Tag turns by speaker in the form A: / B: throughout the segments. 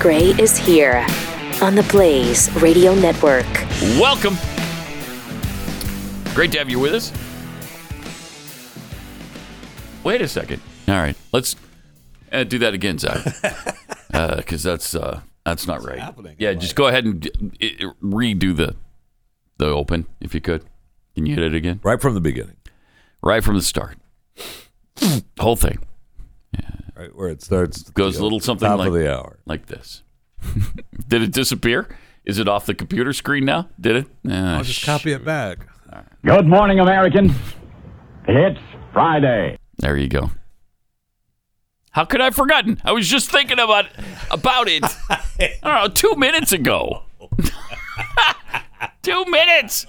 A: Gray is here on the Blaze Radio Network.
B: Welcome. Great to have you with us. Wait a second. All right, let's uh, do that again, Zach, because that's uh, that's not right.
C: happening?
B: Yeah, just go ahead and d- i- i- redo the the open if you could. Can you hit it again?
C: Right from the beginning,
B: Right from the start, whole thing
C: right where it starts. at
B: goes a
C: the
B: little something
C: top
B: like
C: of the hour.
B: like this. Did it disappear? Is it off the computer screen now? Did it? Ah,
C: I'll just copy it back.
D: Good morning, Americans. It's Friday.
B: There you go. How could I have forgotten? I was just thinking about about it. I don't know, two minutes ago. two minutes.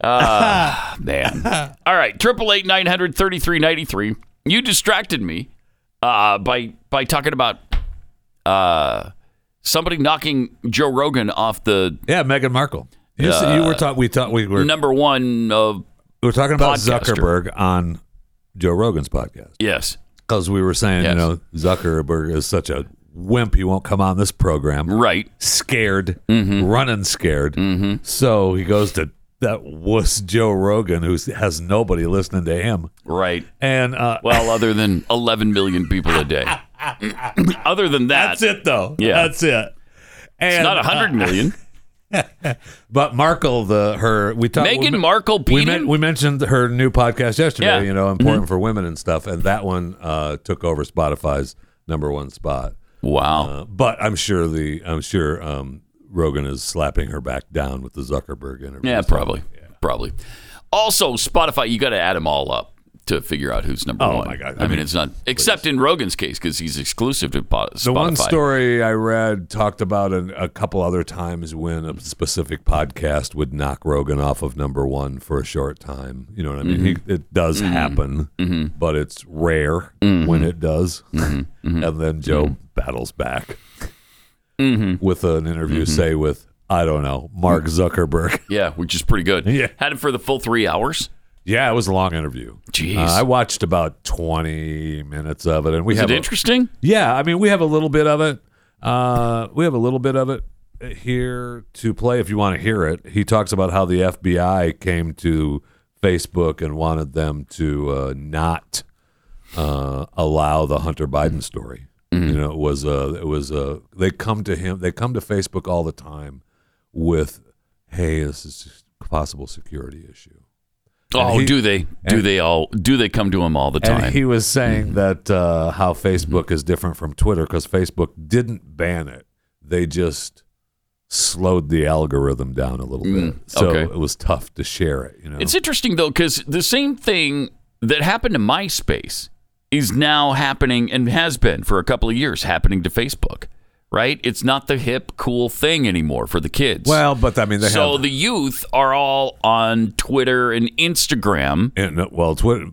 B: Ah, man. All right, triple eight nine hundred thirty three ninety three. You distracted me uh, by by talking about uh, somebody knocking Joe Rogan off the
C: Yeah, Meghan Markle. You, s- you were taught. We taught. We were.
B: number one of
C: we were talking about
B: podcaster.
C: Zuckerberg on Joe Rogan's podcast
B: yes,
C: because we were saying,
B: Yes.
C: you know, Zuckerberg is such a wimp. He won't come on this program.
B: right. Mm-hmm.
C: Scared, running scared. So he goes to that wuss Joe Rogan, who has nobody listening to him,
B: Right.
C: and uh,
B: Well, other than 11 million people a day. other than that,
C: that's it though.
B: Yeah.
C: that's it. And,
B: it's not
C: uh,
B: 100 million.
C: But Markle, the her we talked
B: Meghan
C: we,
B: Markle beat
C: We,
B: him?
C: we mentioned her new podcast yesterday.
B: Yeah. Mm-hmm.
C: You know, important for women and stuff, and that one uh, took over Spotify's number one spot.
B: Wow.
C: Uh, but I'm sure the I'm sure um, Rogan is slapping her back down with the Zuckerberg interview.
B: yeah, probably. Probably. Also, Spotify, you got to add them all up to figure out who's number one.
C: Oh my God.
B: I,
C: I
B: mean,
C: mean,
B: it's not, except in Rogan's case, because he's exclusive to po- Spotify.
C: The one story I read talked about an, a couple other times when a specific podcast would knock Rogan off of number one for a short time. You know what I mean?
B: Mm-hmm.
C: He- it does happen, but it's rare
B: Mm-hmm.
C: when it does. and then Joe battles back
B: Mm-hmm.
C: with an interview, say, with, I don't know, Mark Zuckerberg.
B: Yeah, which is pretty good.
C: Yeah.
B: Had it for the full three hours.
C: yeah, it was a long interview.
B: Jeez.
C: Uh, I watched about 20 minutes of it. And we
B: Is
C: have
B: it
C: a-
B: interesting?
C: Yeah, I mean, we have a little bit of it. Uh, we have a little bit of it here to play if you want to hear it. He talks about how the FBI came to Facebook and wanted them to uh, not uh, allow the Hunter Biden story. You know, it was uh, it was uh, they come to him, they come to Facebook all the time with, "Hey, this is a possible security issue."
B: oh,
C: he-
B: do they? Do they all? Do they come to him all the time? Mm-hmm.
C: And he was saying that uh, how Facebook is different from Twitter because Facebook didn't ban it; they just slowed the algorithm down a little bit, so
B: Mm. okay.
C: it was tough to share it. You know,
B: It's interesting though, because the same thing that happened to MySpace is now happening and has been for a couple of years happening to Facebook. Right? It's not the hip, cool thing anymore for the kids.
C: well, but I mean, they
B: so
C: have,
B: the youth are all on Twitter and Instagram,
C: and, uh, well, Twitter,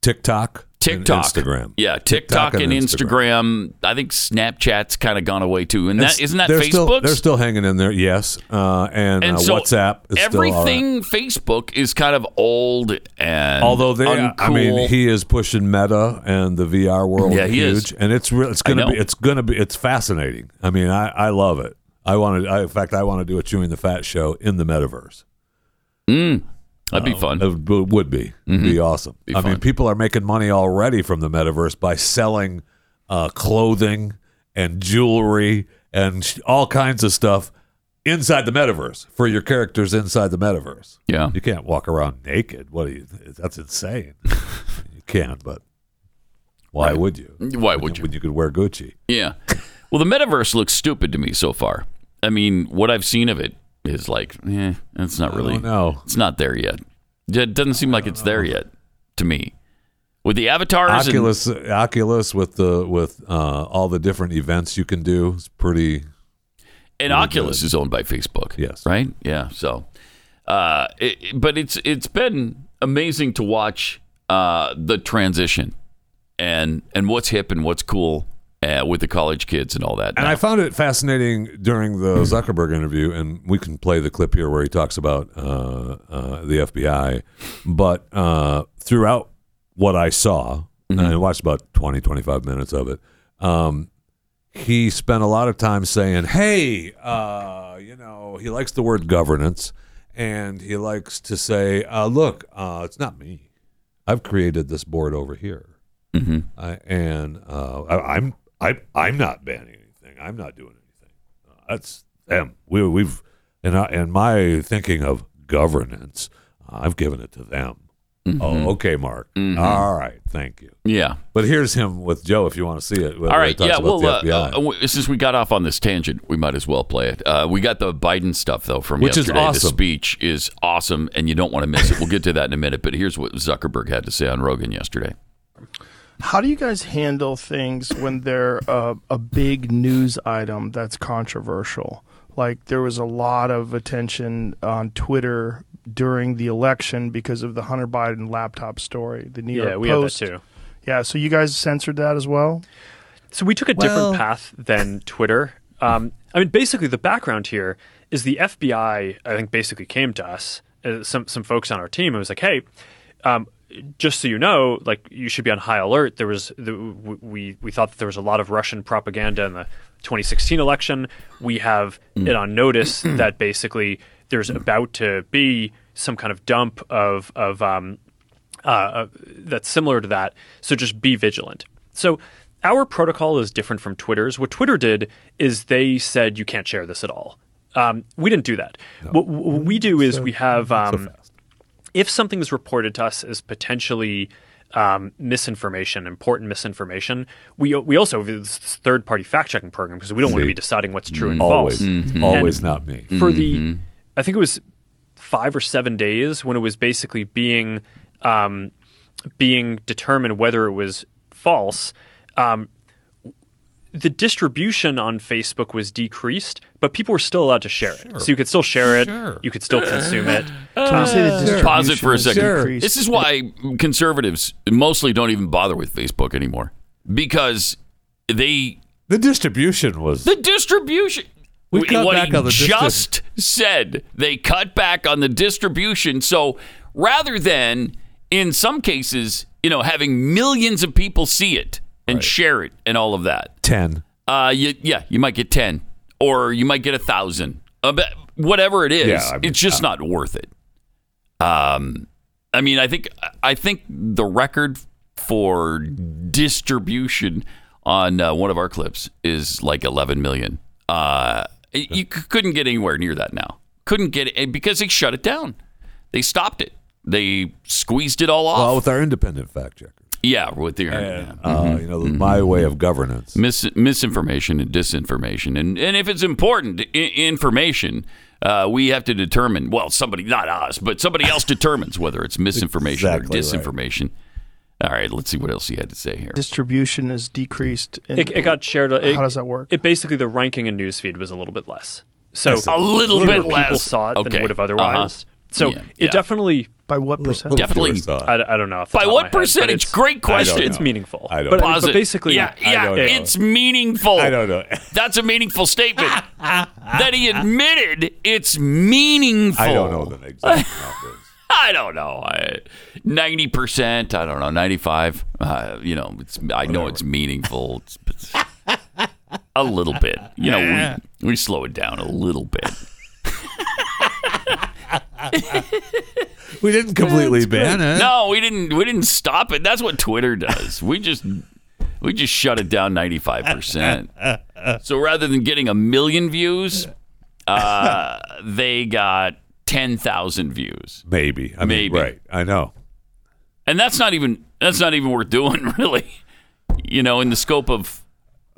C: TikTok, and
B: TikTok,
C: Instagram,
B: Yeah, TikTok, and, Instagram. I think Snapchat's kind of gone away too. And that isn't that
C: they're
B: Facebook's.
C: Still, they're still hanging in there, yes. Uh, and
B: and
C: uh,
B: so
C: WhatsApp is still all right.
B: everything Facebook is kind of old and
C: Although they,
B: uncool.
C: I mean, he is pushing Meta and the VR world
B: Yeah, he is.
C: huge, and it's real it's gonna
B: know.
C: be, it's gonna be, it's fascinating. I mean, I, I love it. I want to, I, in fact, I want to do a chewing the fat show in the metaverse.
B: that'd be fun. Mm-hmm.
C: It w- would be, be awesome. I
B: fun.
C: mean, people are making money already from the metaverse by selling uh, clothing and jewelry and sh- all kinds of stuff inside the metaverse for your characters inside the metaverse.
B: Yeah.
C: You can't walk around naked. What do you? That's insane. you can, but why
B: Right.
C: would you?
B: Why would
C: When
B: you?
C: When you could wear Gucci.
B: Yeah. Well, the metaverse looks stupid to me so far. I mean, what I've seen of it is like, eh, it's not really.
C: Oh, no. Oh,
B: It's not there yet. It doesn't seem like it's there yet to me. With the avatars, and-
C: Oculus, Oculus with the with uh, all the different events you can do is pretty.
B: and Oculus is owned by Facebook.
C: Yes.
B: Right? Yeah. So, uh, it, but it's it's been amazing to watch uh, the transition and and what's hip and what's cool uh, with the college kids and all that.
C: And
B: now.
C: I found it fascinating during the Zuckerberg interview, and we can play the clip here where he talks about uh, uh, the FBI. But uh, throughout
B: Mm-hmm.
C: what I saw, and I watched about 20, 25 minutes of it, um, he spent a lot of time saying, "Hey, uh, you know, he likes the word governance, and he likes to say, uh, look, uh, it's not me. I've created this board over here, I, and uh, I, I'm I, I'm not banning anything. I'm not doing anything. Uh, that's them. We, we've and I, and my thinking of governance, I've given it to them.
B: Mm-hmm.
C: Oh, okay, Mark. All right, thank you.
B: Yeah.
C: But here's him with Joe if you want to see it.
B: All right. Yeah. Well,
C: Well,
B: uh, uh, w- since we got off on this tangent, we might as well play it. Uh, we got the Biden stuff though from
C: Which is
B: yesterday.
C: awesome.
B: The speech is awesome, and you don't want to miss it. We'll get to that in a minute. But here's what Zuckerberg had to say on Rogan yesterday.
E: How do you guys handle things when they're a, a big news item that's controversial? Like there was a lot of attention on Twitter during the election because of the Hunter Biden laptop story. The New York
F: Yeah, we had that
E: Post.
F: too.
E: Yeah, so you guys censored that as well.
F: So we took a
C: Well-
F: different path than Twitter. Um, I mean, basically, the background here is the FBI. I think basically came to us, uh, some some folks on our team, and was like, "Hey, um, just so you know, like you should be on high alert. There was the, w- we we thought that there was a lot of Russian propaganda in the 2016 election. We have it on notice that basically there's about to be some kind of dump of of um, uh, uh, that's similar to that. So just be vigilant. So our protocol is different from Twitter's. What Twitter did is they said you can't share this at all. Um, we didn't do that. What, what we do is we have um, if something is reported to us as potentially um, misinformation, important misinformation, we we also have this third party fact checking program because we don't want to be deciding what's true and
C: always,
F: false
B: Mm-hmm.
C: always not me.
F: for the I think it was five or seven days when it was basically being um, being determined whether it was false. Um, the distribution on Facebook was decreased, but people were still allowed to share it. So you could still share it.
C: Sure.
F: You could still consume it.
E: Can you say the distribution
B: Pause it for a
E: has
B: second.
C: Sure.
E: decreased?
B: This is why conservatives mostly don't even bother with Facebook anymore because they
C: The distribution was
B: The distribution.
C: We
B: Wait,
C: cut
B: what
C: back
B: he
C: on the distrib-
B: just said they cut back on the distribution. So rather than in some cases, you know, having millions of people see it and share it and all of that,
C: ten.
B: uh, you, yeah, you might get ten or you might get a thousand. Uh, but whatever it is,
C: Yeah, I mean, uh,
B: it's just not worth it. Um, I mean, I think I think the record for distribution on uh, one of our clips is like 11 million. Uh, it- you c- couldn't get anywhere near that now. Couldn't get it and because they shut it down. They stopped it. They squeezed it all off.
C: Well, with our independent fact checker,
B: yeah, with the Mm-hmm.
C: uh, you know, my way of governance.
B: mis- misinformation and disinformation. And, and if it's important I- information, uh, we have to determine, well, somebody, not us, but somebody else determines whether it's misinformation
C: Exactly
B: or
C: right.
B: disinformation. All right, let's see what else he had to say here.
E: distribution is decreased. in-
F: It, it got shared. It,
E: How does that work?
F: It basically the ranking in newsfeed was a little bit less. So
B: a little
F: fewer
B: bit
F: people
B: less.
F: saw it
B: Okay.
F: than would have otherwise.
B: Uh-huh.
F: So
B: Yeah,
F: it
B: yeah.
F: definitely.
E: by what percent?
B: Definitely.
F: I, I don't know. off the
B: By
F: top of
B: what
F: my head, but
B: percentage?
F: it's-
B: Great question.
F: It's meaningful.
C: I don't
F: but,
B: Pause
F: but
B: it.
F: basically,
B: yeah,
C: I
B: yeah,
C: don't know.
B: it's meaningful.
C: I don't know.
B: That's a meaningful statement. that he admitted it's meaningful.
C: I don't know the exact numbers.
B: I don't know. Ninety percent. I don't know. Ninety-five. Uh, you know, it's. I know it's meaningful. It's, it's a little bit. You know, we we slow it down a little bit.
C: We didn't completely ban it.
B: No, we didn't. We didn't stop it. That's what Twitter does. We just we just shut it down ninety-five percent. So rather than getting a million views, uh, they got ten thousand views,
C: Maybe. I mean,
B: Maybe.
C: right. I know.
B: and that's not even that's not even worth doing, really. You know, in the scope of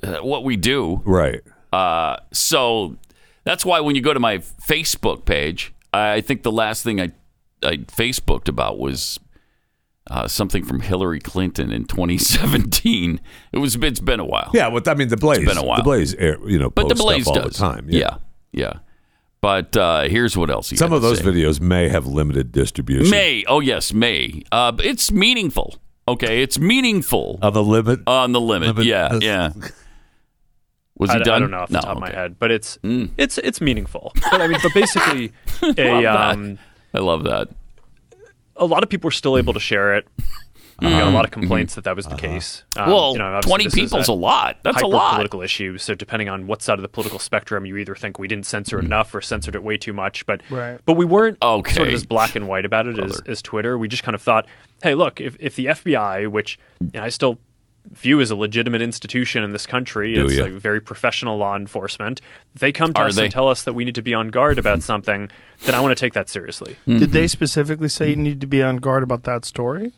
B: uh, what we do.
C: Right.
B: Uh, so that's why when you go to my Facebook page, I think the last thing I, I Facebooked about was uh, something from Hillary Clinton in 2017. It was it's been a while,
C: Yeah. Well, I mean, the blaze.
B: been a while.
C: The blaze. air- You know,
B: but the
C: posts stuff
B: Blaze
C: all
B: does.
C: the time.
B: yeah, yeah. But uh, here's what else. He
C: Some
B: had
C: of
B: to
C: those
B: say.
C: videos may have limited distribution.
B: May. Oh yes, May. Uh, but it's meaningful. Okay, it's meaningful
C: Of a limit.
B: on the limit.
C: limit-
B: yeah,
C: uh,
B: yeah. Was
F: I,
B: he
F: d-
B: done?
F: I don't know off the
B: No,
F: top of my
B: okay.
F: head, but it's it's it's meaningful. Mm. But I mean, but basically, a um,
B: I love that.
F: a lot of people are still able to share it. We got a lot of complaints that that was the case. Um,
B: well,
F: you know, obviously
B: 20
F: this is
B: people's a
F: a
B: lot. That's a
F: hyper
B: lot.
F: political issue. So depending on what side of the political spectrum, you either think we didn't censor
B: Hmm.
F: enough or censored it way too much. But
E: Right.
F: but we weren't sort
B: Okay.
F: of as black and white about it as, as Twitter. We just kind of thought, hey, look, if, if the FBI, which you know, I still view as a legitimate institution in this country, it's
C: ya?
F: like very professional law enforcement, they come to
B: Are
F: us
B: they?
F: and tell us that we need to be on guard about something, then I want to take that seriously.
E: Did they specifically say you need to be on guard about that story?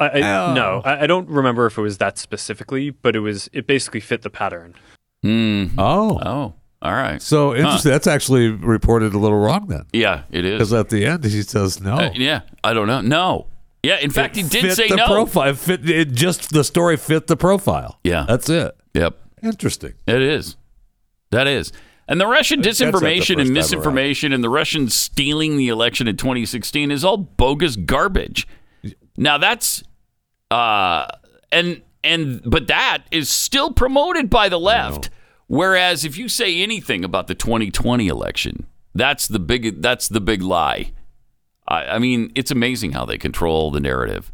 F: I, I,
B: Oh.
F: No, I, I don't remember if it was that specifically, but it was it basically fit the pattern.
B: Mm.
C: Oh.
B: Oh, all right.
C: So interesting. That's actually reported a little wrong then.
B: Yeah, it is.
C: Because at the end, he says no.
B: Uh, yeah, I don't know. No. Yeah, in fact, he did
C: fit
B: say
C: the
B: no.
C: Profile. It Fit, it just the story fit the profile.
B: Yeah.
C: That's it.
B: Yep,
C: Interesting.
B: it is. That is. And the Russian
C: That's not the
B: disinformation
C: first
B: and
C: time
B: misinformation and the Russians stealing the election in 2016 is all bogus garbage. Now that's uh and and but that is still promoted by the left. Whereas if you say anything about the 2020 election, that's the big that's the big lie. I, I mean, it's amazing how they control the narrative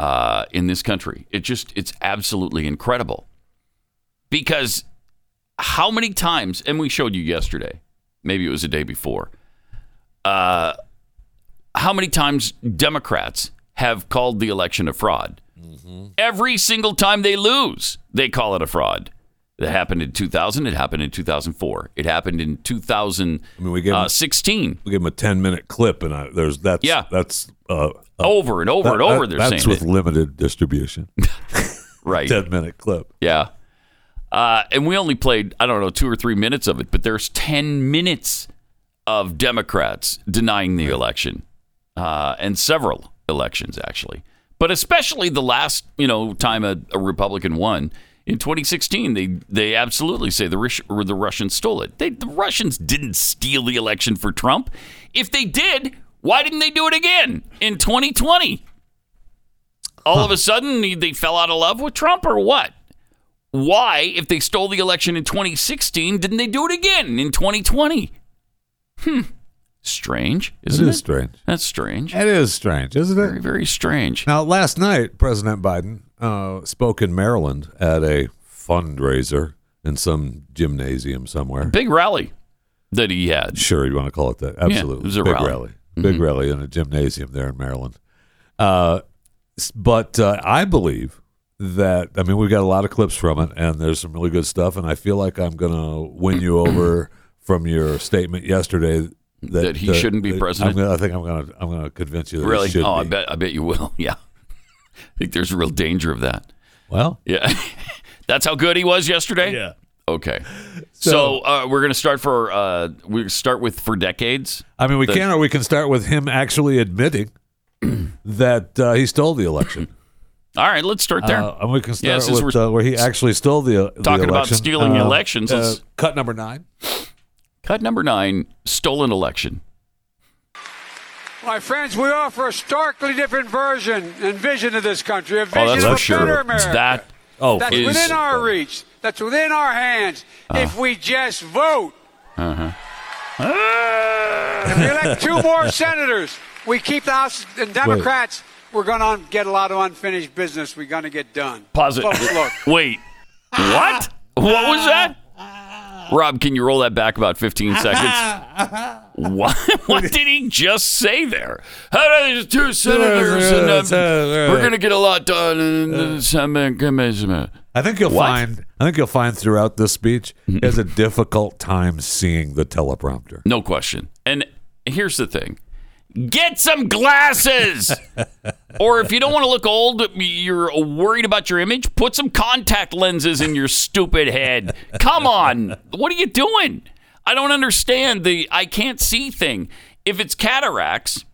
B: uh, in this country. It just it's absolutely incredible because how many times and we showed you yesterday, maybe it was the day before. Uh, how many times Democrats have called the election a fraud?
C: Mm-hmm.
B: Every single time they lose, they call it a fraud. That happened in 2000. It happened in 2004. It happened in uh,
C: I mean, we gave him-
B: 2016.
C: We give him a ten minute clip, and I, there's that's
B: Yeah. Oh,
C: that's uh, uh,
B: over and over
C: that-
B: and over.
C: that-
B: they're
C: that's
B: saying
C: with
B: it.
C: limited distribution.
B: right.
C: ten minute clip.
B: Yeah. Uh, and we only played, I don't know, two or three minutes of it, but there's 10 minutes of Democrats denying the election uh, and several elections, actually. But especially the last, you know, time a, a Republican won in 2016, they they absolutely say the Rus- or the Russians stole it. They, the Russians didn't steal the election for Trump. If they did, why didn't they do it again in 2020? All of a sudden, they- they fell out of love with Trump or what? why, if they stole the election in 2016, didn't they do it again in 2020? Hmm. Strange,
C: It
B: isn't it?
C: is strange.
B: That's strange.
C: It is strange, isn't
B: Very,
C: it?
B: very strange.
C: Now, last night, President Biden uh, spoke in Maryland at a fundraiser in some gymnasium somewhere.
B: Big rally that he had.
C: Sure, you want to call it that?
B: Yeah, it
C: Absolutely,
B: was a
C: big
B: rally. Mm-hmm.
C: rally, big rally in a gymnasium there in Maryland. Uh, s- but uh, I believe that I mean we've got a lot of clips from it, and there's some really good stuff. And I feel like I'm going to win you over from your statement yesterday that,
B: That he shouldn't be
C: that I'm
B: president?
C: gonna- i think I'm going to I'm going to convince you that he
B: Really?
C: should
B: Oh, I
C: be.
B: bet. I bet you will. Yeah. I think there's a real danger of that.
C: Well,
B: Yeah. That's how good he was yesterday. Yeah. Okay. So, uh, we're gonna start for uh, we start with for decades.
C: I mean we can or we can start with him actually admitting that uh, he stole the election.
B: All right, let's start there.
C: Uh, and we can
B: Yeah,
C: start
B: since
C: with,
B: we're
C: uh, where he actually stole the, the
B: talking about
C: election.
B: stealing
C: Uh,
B: elections,
C: uh,
B: let's-
C: cut number nine.
B: Cut number nine: stolen election.
G: My friends, we offer a starkly different version and vision of this country, a vision
B: Oh, that's
G: of
B: for
G: a better
B: sure.
G: America.
B: That
C: Oh,
G: that's
B: is- Uh-huh.
G: within our reach. That's within our hands. if we just vote, if we elect two more senators, we keep the House and Democrats. We're going to get a lot of unfinished business. We're going to get done.
B: Pause it.
G: Folks, look.
B: Wait. What? What was that? Rob, can you roll that back about 15 seconds? what? What did he just say there? How do these two senators and um, we're going to get a lot done in the summer commission.
C: I think you'll
B: What? Mm-hmm.
C: find. I think you'll find throughout this speech he has a difficult time seeing the teleprompter.
B: No question. And here's the thing. Get some glasses. or if you don't want to look old, you're worried about your image, put some contact lenses in your stupid head. Come on. What are you doing? I don't understand the I can't see thing. If it's cataracts,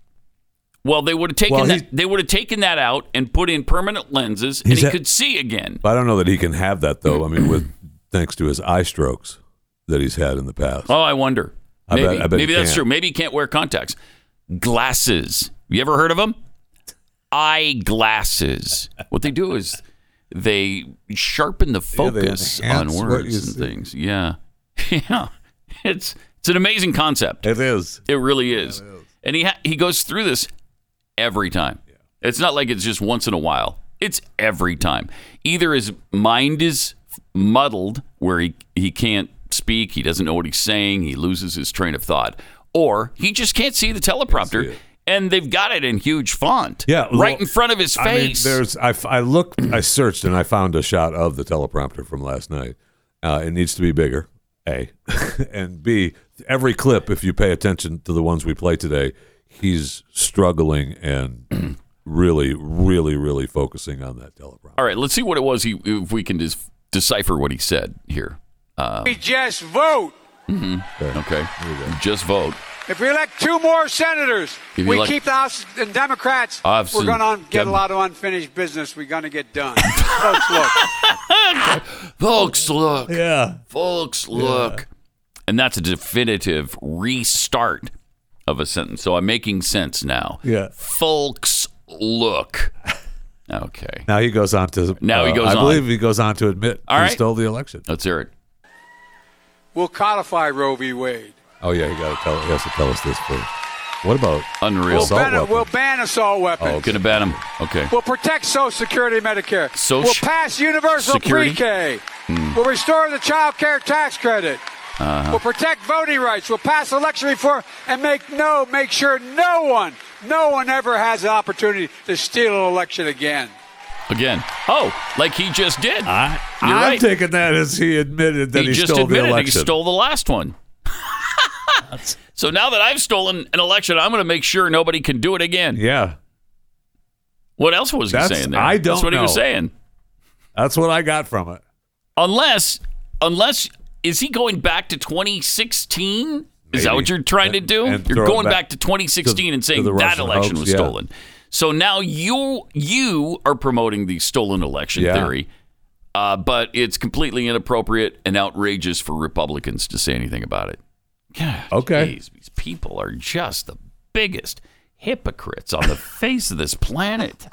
B: well, they would have taken
C: Well,
B: that,
C: he-
B: they would have taken that out and put in permanent lenses and
C: He's
B: he
C: a-
B: could see again.
C: But I don't know that he can have that though. I mean, with thanks to his eye strokes that he's had in the past.
B: Oh, I wonder.
C: I
B: Maybe,
C: bet- I bet
B: maybe
C: he
B: that's
C: can't.
B: true. Maybe he can't wear contacts. Glasses. You ever heard of them? Eyeglasses. What they do is they sharpen the
C: they
B: focus on
C: enhance what you
B: words and
C: see.
B: things. Yeah, yeah. It's it's an amazing concept.
C: It is.
B: It really is. And he ha- he goes through this every time. It's not like it's just once in a while. It's every time. Either his mind is muddled where he, he can't speak, he doesn't know what he's saying, he loses his train of thought, or he just can't see the teleprompter and they've got it in huge font.
C: Yeah,
B: Right
C: well,
B: in front of his
C: I mean,
B: face.
C: there's. I, f- I looked. I searched and I found a shot of the teleprompter from last night. Uh, it needs to be bigger. A and B. Every clip, if you pay attention to the ones we play today, he's struggling and really, really, really focusing on that teleprompter.
B: All right, let's see what it was. He, if we can just decipher what he said here. Uh,
G: We just vote.
B: Okay, just vote.
G: If we elect two more senators,
B: If you
G: we
B: elect-
G: keep the House and Democrats,
B: I've
G: we're
B: seen
G: going to get
B: Dem-
G: a lot of unfinished business. We're going to get done. Folks, look.
B: Folks, look.
H: Yeah.
B: Folks, look. And that's a definitive restart of a sentence. So I'm making sense now.
H: Yeah.
B: Folks, look. Okay.
C: Now he goes on to.
B: Now he
C: uh,
B: goes
C: I
B: on.
C: believe he goes on to admit
B: All
C: he
B: right.
C: stole the election.
B: Let's hear it.
G: We'll codify Roe v. Wade.
C: Oh yeah, he got to tell. He has to tell us this first. What about?
B: Unreal.
C: Assault
G: ban,
C: weapon.
G: we'll ban assault weapons.
B: Oh, gonna ban him. Okay.
G: We'll protect Social Security and Medicare.
B: Soc-
G: we'll pass universal
B: Security? Hmm.
G: pre-K. We'll restore the child care tax credit.
B: Uh-huh.
G: We'll protect voting rights. We'll pass election reform and make no make sure no one, no one ever has an opportunity to steal an election again.
B: Again. Oh, like he just did.
C: I,
B: You're
C: I'm
B: right.
C: taking that as he admitted that Ah, he,
B: he, just
C: stole
B: admitted
C: the
B: he
C: election.
B: stole the last one. so now that I've stolen an election, I'm going to make sure nobody can do it again.
C: yeah,
B: What else was he
C: That's-
B: saying there?
C: I don't
B: That's what he was
C: know.
B: saying.
C: that's what I got from it.
B: Unless, unless, is he going back to 2016? Is that
C: Maybe.
B: what you're trying to
C: And-
B: do?
C: and
B: You're
C: throw it
B: going back,
C: back
B: to 2016
C: to-
B: and
C: to
B: saying
C: the
B: that
C: Russian
B: election
C: hoax,
B: was
C: yeah.
B: stolen. So now you you are promoting the stolen election
C: Yeah.
B: theory, uh, but it's completely inappropriate and outrageous for Republicans to say anything about it. God,
C: Okay.
B: geez, these people are just the biggest hypocrites on the face of this planet,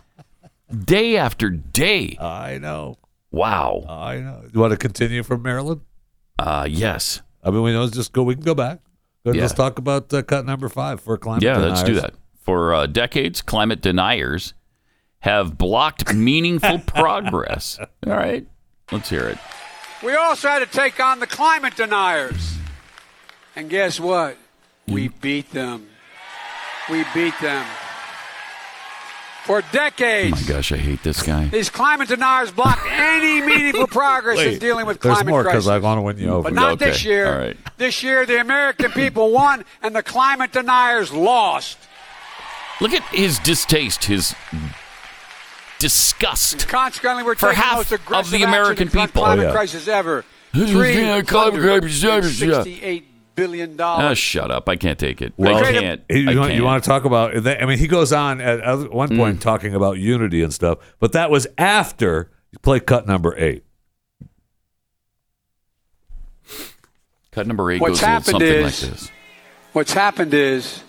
B: day after day.
C: I know.
B: Wow.
C: I know. You want to continue from Maryland?
B: Uh, yes.
C: I mean, we know. Let's just go. We can go back. Go-
B: Yeah.
C: Let's talk about uh, cut number five for climate.
B: Yeah, let's do
C: deniers.
B: that. For uh, decades, climate deniers have blocked meaningful progress. All right, let's hear it.
G: We also had to take on the climate deniers. And guess what? We
B: Mm.
G: beat them. We beat them. For
B: Oh
G: decades.
B: my gosh, I hate this guy.
G: These climate deniers block any meaningful progress in
C: Wait,
G: dealing with
C: There's
G: climate
C: more
G: crisis.
C: because I want to win you over.
G: but not
B: Okay,
G: this year.
B: all right.
G: This year, the American people won, and the climate deniers lost.
B: Look at his distaste, his disgust.
G: Consequently, we're
B: For
G: taking
B: half
G: the most
B: of
G: aggressive
B: the
G: action to
B: American
G: confront
B: people.
G: climate
C: Oh, yeah.
G: crisis ever.
B: This is the end of climate crisis ever, yeah.
G: $368 billion
B: Oh,
G: dollars.
B: shut up! I can't take it.
C: Well,
B: I can't.
C: You,
B: I
C: want,
B: can't. Mm.
C: you want to talk about that? I mean, he goes on at other- one point talking about unity and stuff, but that was after you play cut number eight.
B: Cut number eight goes a
G: What's
B: little
G: happened
B: something
G: is-
B: like this.
G: What's happened is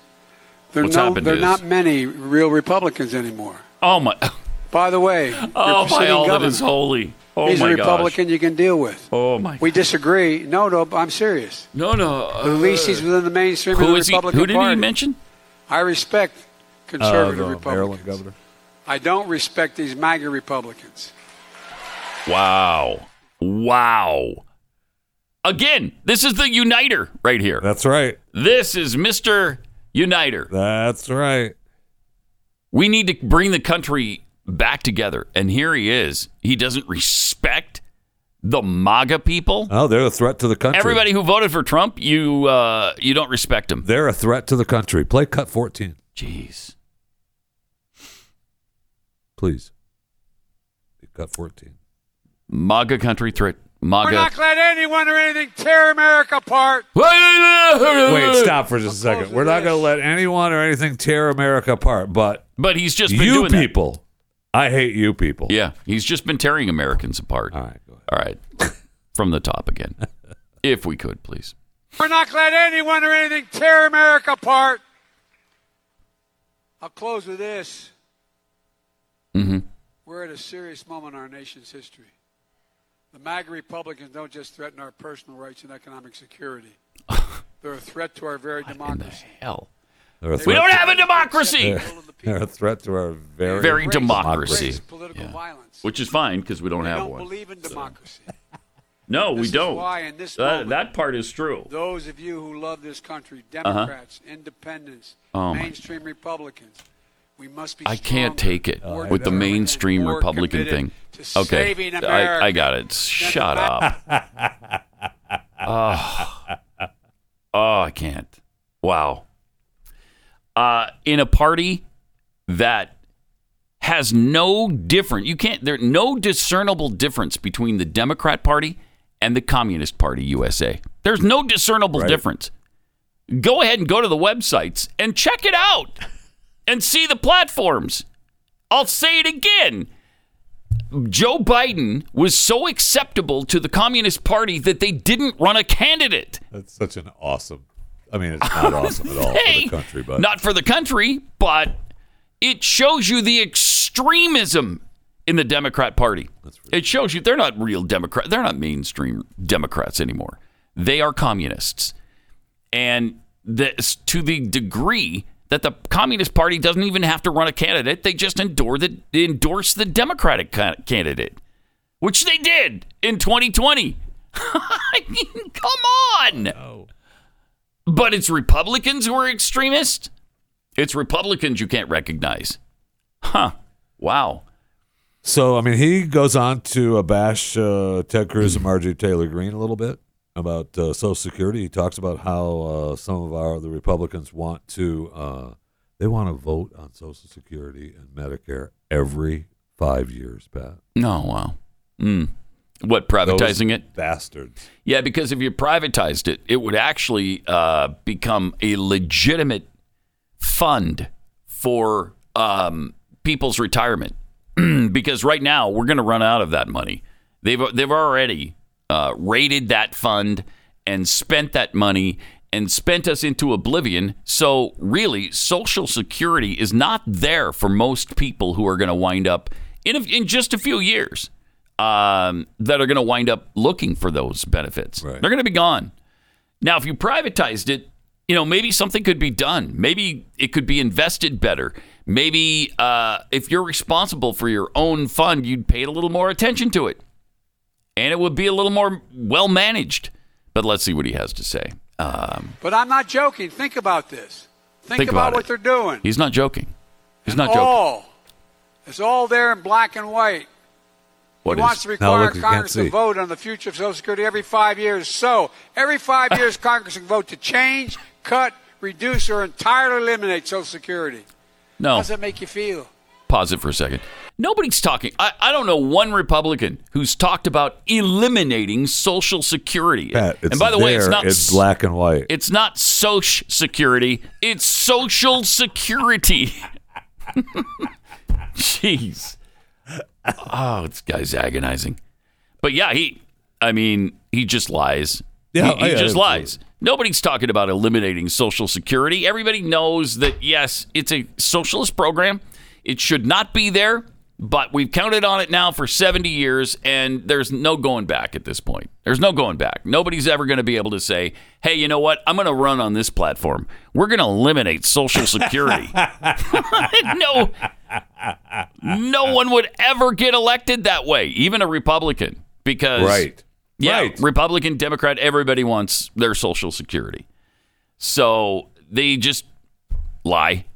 G: there are
B: What's
G: no,
B: happened
G: there are
B: is-
G: not many real Republicans anymore.
B: Oh my!
G: By the way,
B: Oh my!
G: your sitting
B: All that
G: governor,
B: is holy. Oh
G: he's a
B: my
G: Republican you can deal with.
B: gosh! Oh my!
G: We disagree. No, no, I'm serious.
B: no, no. Uh,
G: At least he's within the mainstream of
B: who
G: the
B: is he?
G: Republican
B: Who did he
G: Party.
B: mention?
G: I respect conservative
C: Uh, the Maryland
G: Republicans.
C: governor.
G: I don't respect these MAGA Republicans.
B: Wow. Wow. Again, this is the uniter right here.
C: That's right.
B: This is Mr. Uniter.
C: That's right.
B: We need to bring the country back together. And here he is. He doesn't respect the MAGA people.
C: Oh, they're a threat to the country.
B: Everybody who voted for Trump, you uh, you don't respect them.
C: They're a threat to the country. Play cut 14,
B: Jeez.
C: please. Cut 14.
B: MAGA country threat.
G: We're
B: MAGA.
G: not let anyone or anything tear America apart.
C: Wait, stop for just a
G: I'll
C: second.
G: close with
C: We're not
G: this.
C: going to let anyone or anything tear America apart, but
B: But he's just been
C: you
B: doing that.
C: people, I hate you people.
B: Yeah, he's just been tearing Americans apart.
C: All right, go ahead.
B: All right. From the top again. If we could, please.
G: We're not let anyone or anything tear America apart. I'll close with this.
B: Mm-hmm.
G: We're at a serious moment in our nation's history. The MAGA Republicans don't just threaten our personal rights and economic security. They're a threat to our very
B: In the
G: democracy.
B: hell.
C: They're a
B: We
C: threat
B: don't
C: to-
B: have a democracy.
G: Control of the
C: They're a threat to our very,
B: Very
G: Race,
B: democracy.
G: race, political
B: Yeah.
G: violence.
B: Which is fine because we don't
G: We
B: have
G: don't
B: one.
G: believe in democracy.
B: no,
G: This
B: we
G: is
B: don't.
G: why in this
B: that,
G: moment-
B: that part is true.
G: Those of you who love this country, Democrats, independents,
B: Uh-huh. Oh, my-
G: mainstream Republicans, we must be.
B: I can't
G: stronger,
B: take it
G: more
B: with the
G: determined,
B: mainstream
G: more
B: Republican thing.
G: committed to
B: Okay,
G: saving
B: I, I
G: America.
B: got it. Shut up. oh. oh, I can't. Wow. Uh, in a party that has no different, you can't. There no discernible difference between the Democrat Party and the Communist Party USA. There's no discernible
C: Right.
B: difference. Go ahead and go to the websites and check it out and see the platforms. I'll say it again. Joe Biden was so acceptable to the Communist Party that they didn't run a candidate.
C: That's such an awesome. I mean, it's not awesome at all for
B: Hey,
C: the country, but
B: not for the country, but it shows you the extremism in the Democrat Party. It shows you they're not real Democrat. They're not mainstream Democrats anymore. They are communists, and this to the degree that the Communist Party doesn't even have to run a candidate, they just endure the, endorse the Democratic ca- candidate, which they did in 2020. I mean, come on. But it's Republicans who are extremists. It's Republicans you can't recognize. Huh. Wow.
C: so I mean, he goes on to uh, bash uh, Ted Cruz and Marjorie Taylor Greene a little bit about uh, Social Security. He talks about how uh, some of our the Republicans want to uh, they want to vote on Social Security and Medicare every five years, Pat.
B: No, wow. Mm. What, privatizing
C: Those
B: it?
C: bastards.
B: Yeah, because if you privatized it, it would actually uh, become a legitimate fund for um, people's retirement. because right now we're going to run out of that money. They've they've already uh, raided that fund and spent that money and spent us into oblivion. So really, Social Security is not there for most people who are going to wind up in a, in just a few years um, that are going to wind up looking for those benefits.
C: Right.
B: They're going to be gone. Now, if you privatized it, you know maybe something could be done. Maybe it could be invested better. Maybe uh, if you're responsible for your own fund, you'd pay a little more attention to it, and it would be a little more well managed. But let's see what he has to say. Um,
G: But I'm not joking. Think about this. Think,
B: Think
G: about,
B: about
G: what
B: it.
G: they're doing.
B: he's not joking. He's not joking.
G: all. It's all there in black and white.
B: What
G: he wants
B: is-
G: to require
C: look, you can't
G: Congress
C: see.
G: to vote on the future of Social Security every five years. So, every five years, Congress can vote to change, cut, reduce, or entirely eliminate Social Security.
B: no?
G: How does that make you feel?
B: pause it for a second. Nobody's talking. I, I don't know one Republican who's talked about eliminating Social Security.
C: Pat, it's
B: and by the way, it's
C: there
B: not
C: in
B: s-
C: black and white.
B: It's not Social Security. It's Social Security. Jeez. Oh, this guy's agonizing. But yeah, he. I mean, he just lies.
C: Yeah,
B: he,
C: oh,
B: he
C: yeah,
B: just
C: absolutely.
B: lies. Nobody's talking about eliminating Social Security. Everybody knows that, yes, it's a socialist program. It should not be there, but we've counted on it now for 70 years, and there's no going back at this point. There's no going back. Nobody's ever going to be able to say, hey, you know what? I'm going to run on this platform. We're going to eliminate Social Security. no, no one would ever get elected that way, even a Republican, because.
C: right.
B: Yeah,
C: Right.
B: Republican, Democrat, everybody wants their Social Security. So they just lie.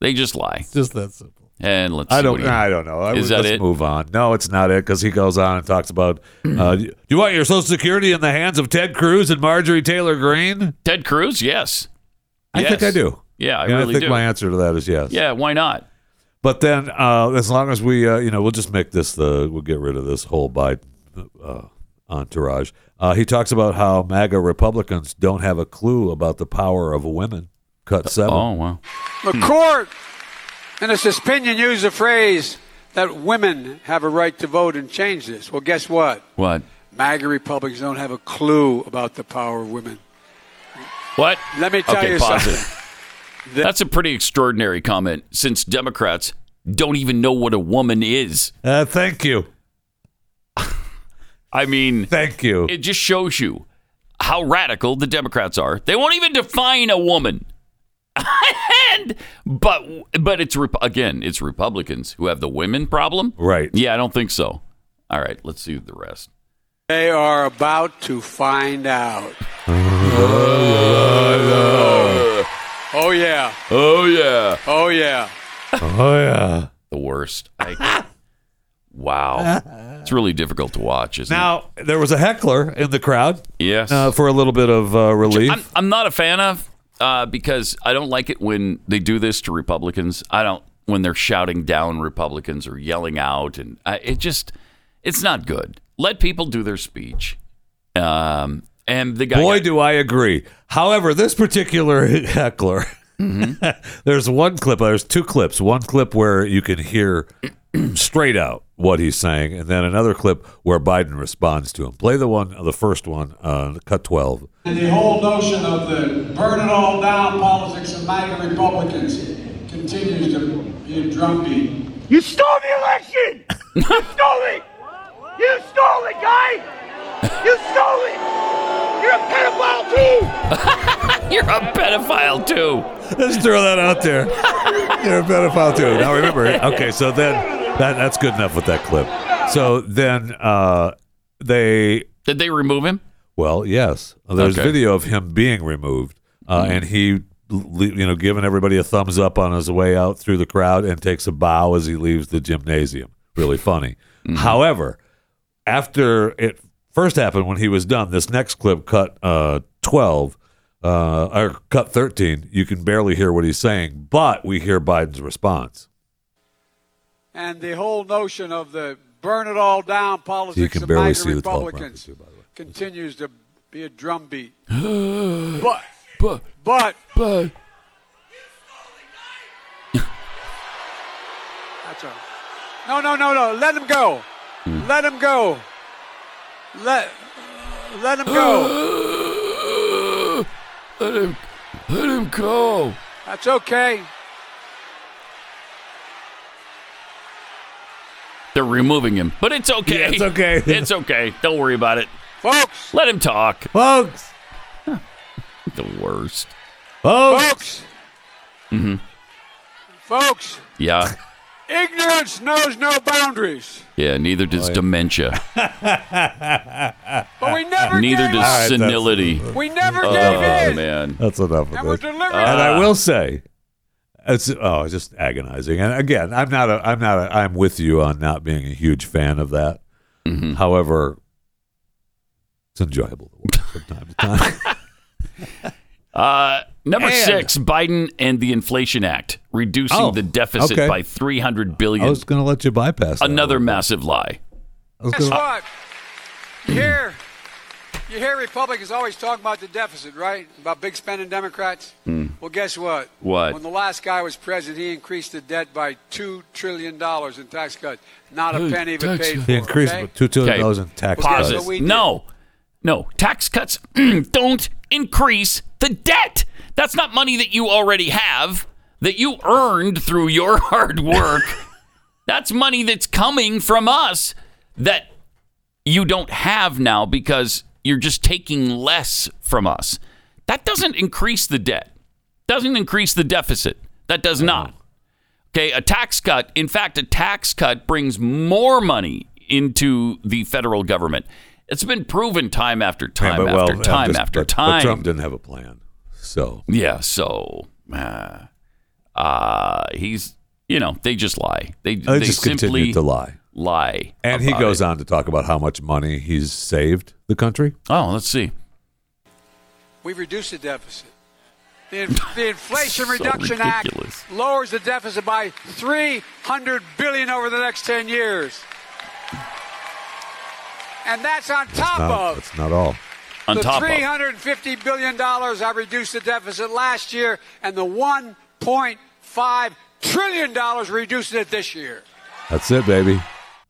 B: They just lie.
C: Just that simple.
B: And let's.
C: I
B: see
C: don't.
B: what he-
C: I don't know. I
B: Is
C: would-
B: that
C: let's
B: it?
C: Move on. No, it's not it because he goes on and talks about. Uh, do you want your Social Security in the hands of Ted Cruz and Marjorie Taylor Greene?
B: Ted Cruz, yes.
C: I think I
B: Yes.
C: do.
B: Yeah, I
C: And
B: really
C: think
B: do.
C: my answer to that is yes.
B: yeah, why not?
C: But then, uh, as long as we, uh, you know, we'll just make this the. We'll get rid of this whole Biden uh, entourage. Uh, he talks about how MAGA Republicans don't have a clue about the power of women. Cut seven.
B: Oh wow.
G: The court, in its opinion, used the phrase that women have a right to vote and change this. Well, guess what?
B: What?
G: MAGA Republicans don't have a clue about the power of women.
B: What?
G: Let me tell
B: okay,
G: you
B: pause
G: something.
B: it. That's a pretty extraordinary comment, since Democrats don't even know what a woman is.
C: Uh, thank you.
B: I mean,
C: Thank you.
B: it just shows you how radical the Democrats are. They won't even define a woman. and but but it's Rep- again, it's Republicans who have the women problem.
C: Right.
B: Yeah, I don't think so. All right, let's see the rest.
G: They are about to find out. oh, yeah.
B: Oh yeah,
G: Oh, yeah.
C: Oh yeah.
B: the worst. I, wow, it's really difficult to watch, isn't
C: Now there was a heckler in the crowd
B: it? Yes.
C: uh, for a little bit of uh, relief.
B: I'm, I'm not a fan of uh, because I don't like it when they do this to Republicans. I don't when they're shouting down Republicans or yelling out, and I, it just it's not good. Let people do their speech. Um, and the guy,
C: Boy,
B: got-
C: do I agree. However, this particular heckler, there's one clip, there's two clips. One clip where you can hear straight out what he's saying, and then another clip where Biden responds to him. Play the one, the first one, uh, cut 12.
H: And the whole notion of the burn it all down politics and MAGA Republicans continues to be a drumbeat.
I: You stole the election! you stole it! You stole it, guy! You stole it! You're a pedophile too!
B: you're a pedophile too.
C: Let's throw that out there. You're a pedophile too. Now remember, okay, so then that, that's good enough with that clip. So then uh, they
B: Did they remove him?
C: Well, yes. There's
B: Okay.
C: video of him being removed, uh, and he, le- you know, giving everybody a thumbs up on his way out through the crowd and takes a bow as he leaves the gymnasium. Really funny. However, after it first happened, when he was done, this next clip, cut uh, 12 uh, or cut 13, you can barely hear what he's saying, but we hear Biden's response.
G: And the whole notion of the burn it all down politics
C: You can
G: and
C: barely
G: MAGA
C: see the 12
G: Republicans
C: brackets, too, by the way.
G: continues to be a drumbeat. but, but, but,
B: But
G: That's all. No, no, no, no. Let him go.
C: Hmm.
G: Let him go. Let let him go.
B: let him let him go.
G: That's okay.
B: They're removing him, but it's okay.
C: Yeah, it's okay.
B: it's okay. Don't worry about it.
G: Folks,
B: Let him talk.
C: Folks,
B: The worst.
C: folks,
G: folks.
C: Mm-hmm.
G: Folks,
B: Yeah.
G: ignorance knows no boundaries.
B: Yeah, neither does
C: Oh,
B: dementia.
G: But we
C: Uh,
G: never
B: Neither
G: gave
B: does
G: up.
C: that's-
B: senility.
G: We never
B: Oh
G: gave in.
B: man.
C: that's enough of
G: And we're
C: this.
G: deliberate.
C: and
B: Ah.
C: I will say, it's oh, it's just agonizing. And again, I'm not a, I'm not, a, I'm with you on not being a huge fan of that.
B: Mm-hmm.
C: However, it's enjoyable to watch from time to time.
B: Uh, number
C: And-
B: six, Biden and the Inflation Act, reducing
C: Oh,
B: the deficit
C: okay.
B: by three hundred billion.
C: I was going to let you bypass that
B: Another
C: one.
B: massive lie.
C: I was
G: Guess
C: gonna-
G: what? You hear, you hear Republicans always talking about the deficit, right? About big spending Democrats. Well, guess what?
B: What?
G: When the last guy was president, he increased the debt by two trillion dollars in tax cuts. Not a penny of it paid for.
C: They increased
G: okay?
C: with two
B: Okay.
C: trillion dollars in tax
G: Well,
C: cuts.
G: guess what
B: Pauses.
G: we did?
B: No, no. Tax cuts don't increase the debt. That's not money that you already have that you earned through your hard work. that's money that's coming from us that you don't have now because you're just taking less from us. That doesn't increase the debt. Doesn't increase the deficit. That
G: Mm-hmm.
B: does not. Okay, a tax cut. In fact, a tax cut brings more money into the federal government. It's been proven time after
C: Yeah,
B: time
C: but, well,
B: after
C: I'm
B: time
C: just-
B: after
C: but-
B: time.
C: But Trump didn't have a plan, so
B: Yeah, so uh, uh, he's you know they just lie. They
C: they,
B: they,
C: just
B: simply
C: continued to lie.
B: lie.
C: And he
B: about
C: goes
B: it.
C: on to talk about how much money he's saved the country.
B: Oh, let's see.
G: We've reduced the deficit. The, in- the Inflation
B: So
G: Reduction
B: ridiculous.
G: Act lowers the deficit by 300 billion over the next 10 years. And that's on top
C: Not,
G: of
C: that's not all.
B: On
G: the
B: top of
G: 350 billion dollars I reduced the deficit last year, and the 1.5 trillion dollars reduced it this year.
C: That's it, baby.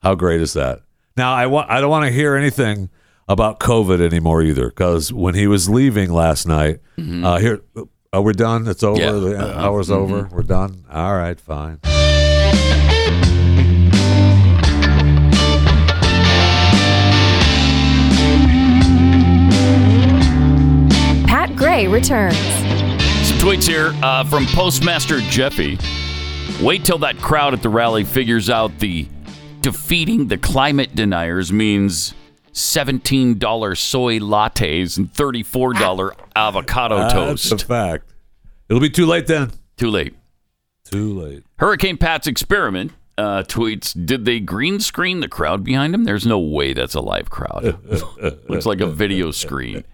C: How great is that? Now I want I don't want to hear anything about COVID anymore either, because when he was leaving last night, uh, here oh, we're done. It's over.
B: Mm-hmm. Yeah. Uh-huh. Mm-hmm.
C: The hour's over. We're done. All right, fine.
J: Pat Gray returns.
B: Tweets here uh, from Postmaster Jeffy. Wait till that crowd at the rally figures out the defeating the climate deniers means $17 soy lattes and $34 avocado
C: Ah. That's
B: Oh, toast.
C: a fact. It'll be too late then.
B: Too late.
C: Too late.
B: Hurricane Pat's experiment uh, tweets Did they green screen the crowd behind him? There's no way that's a live crowd. Looks like a video screen.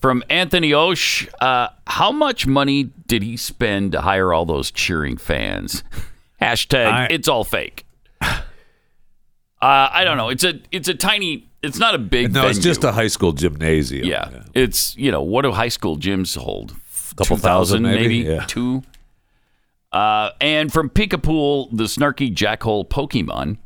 B: From Anthony Osh uh, How much money did he spend to hire all those cheering fans? Hashtag
C: I-
B: it's all fake. Uh, I don't know. It's a it's a tiny. It's not a big.
C: No, it's
B: venue.
C: just a high school gymnasium.
B: Yeah. It's, you know, what do high school gyms hold?
C: Couple
B: 2,000
C: thousand, maybe? Yeah.
B: Two. Uh, and from Pikapool, the snarky jackhole Pokemon,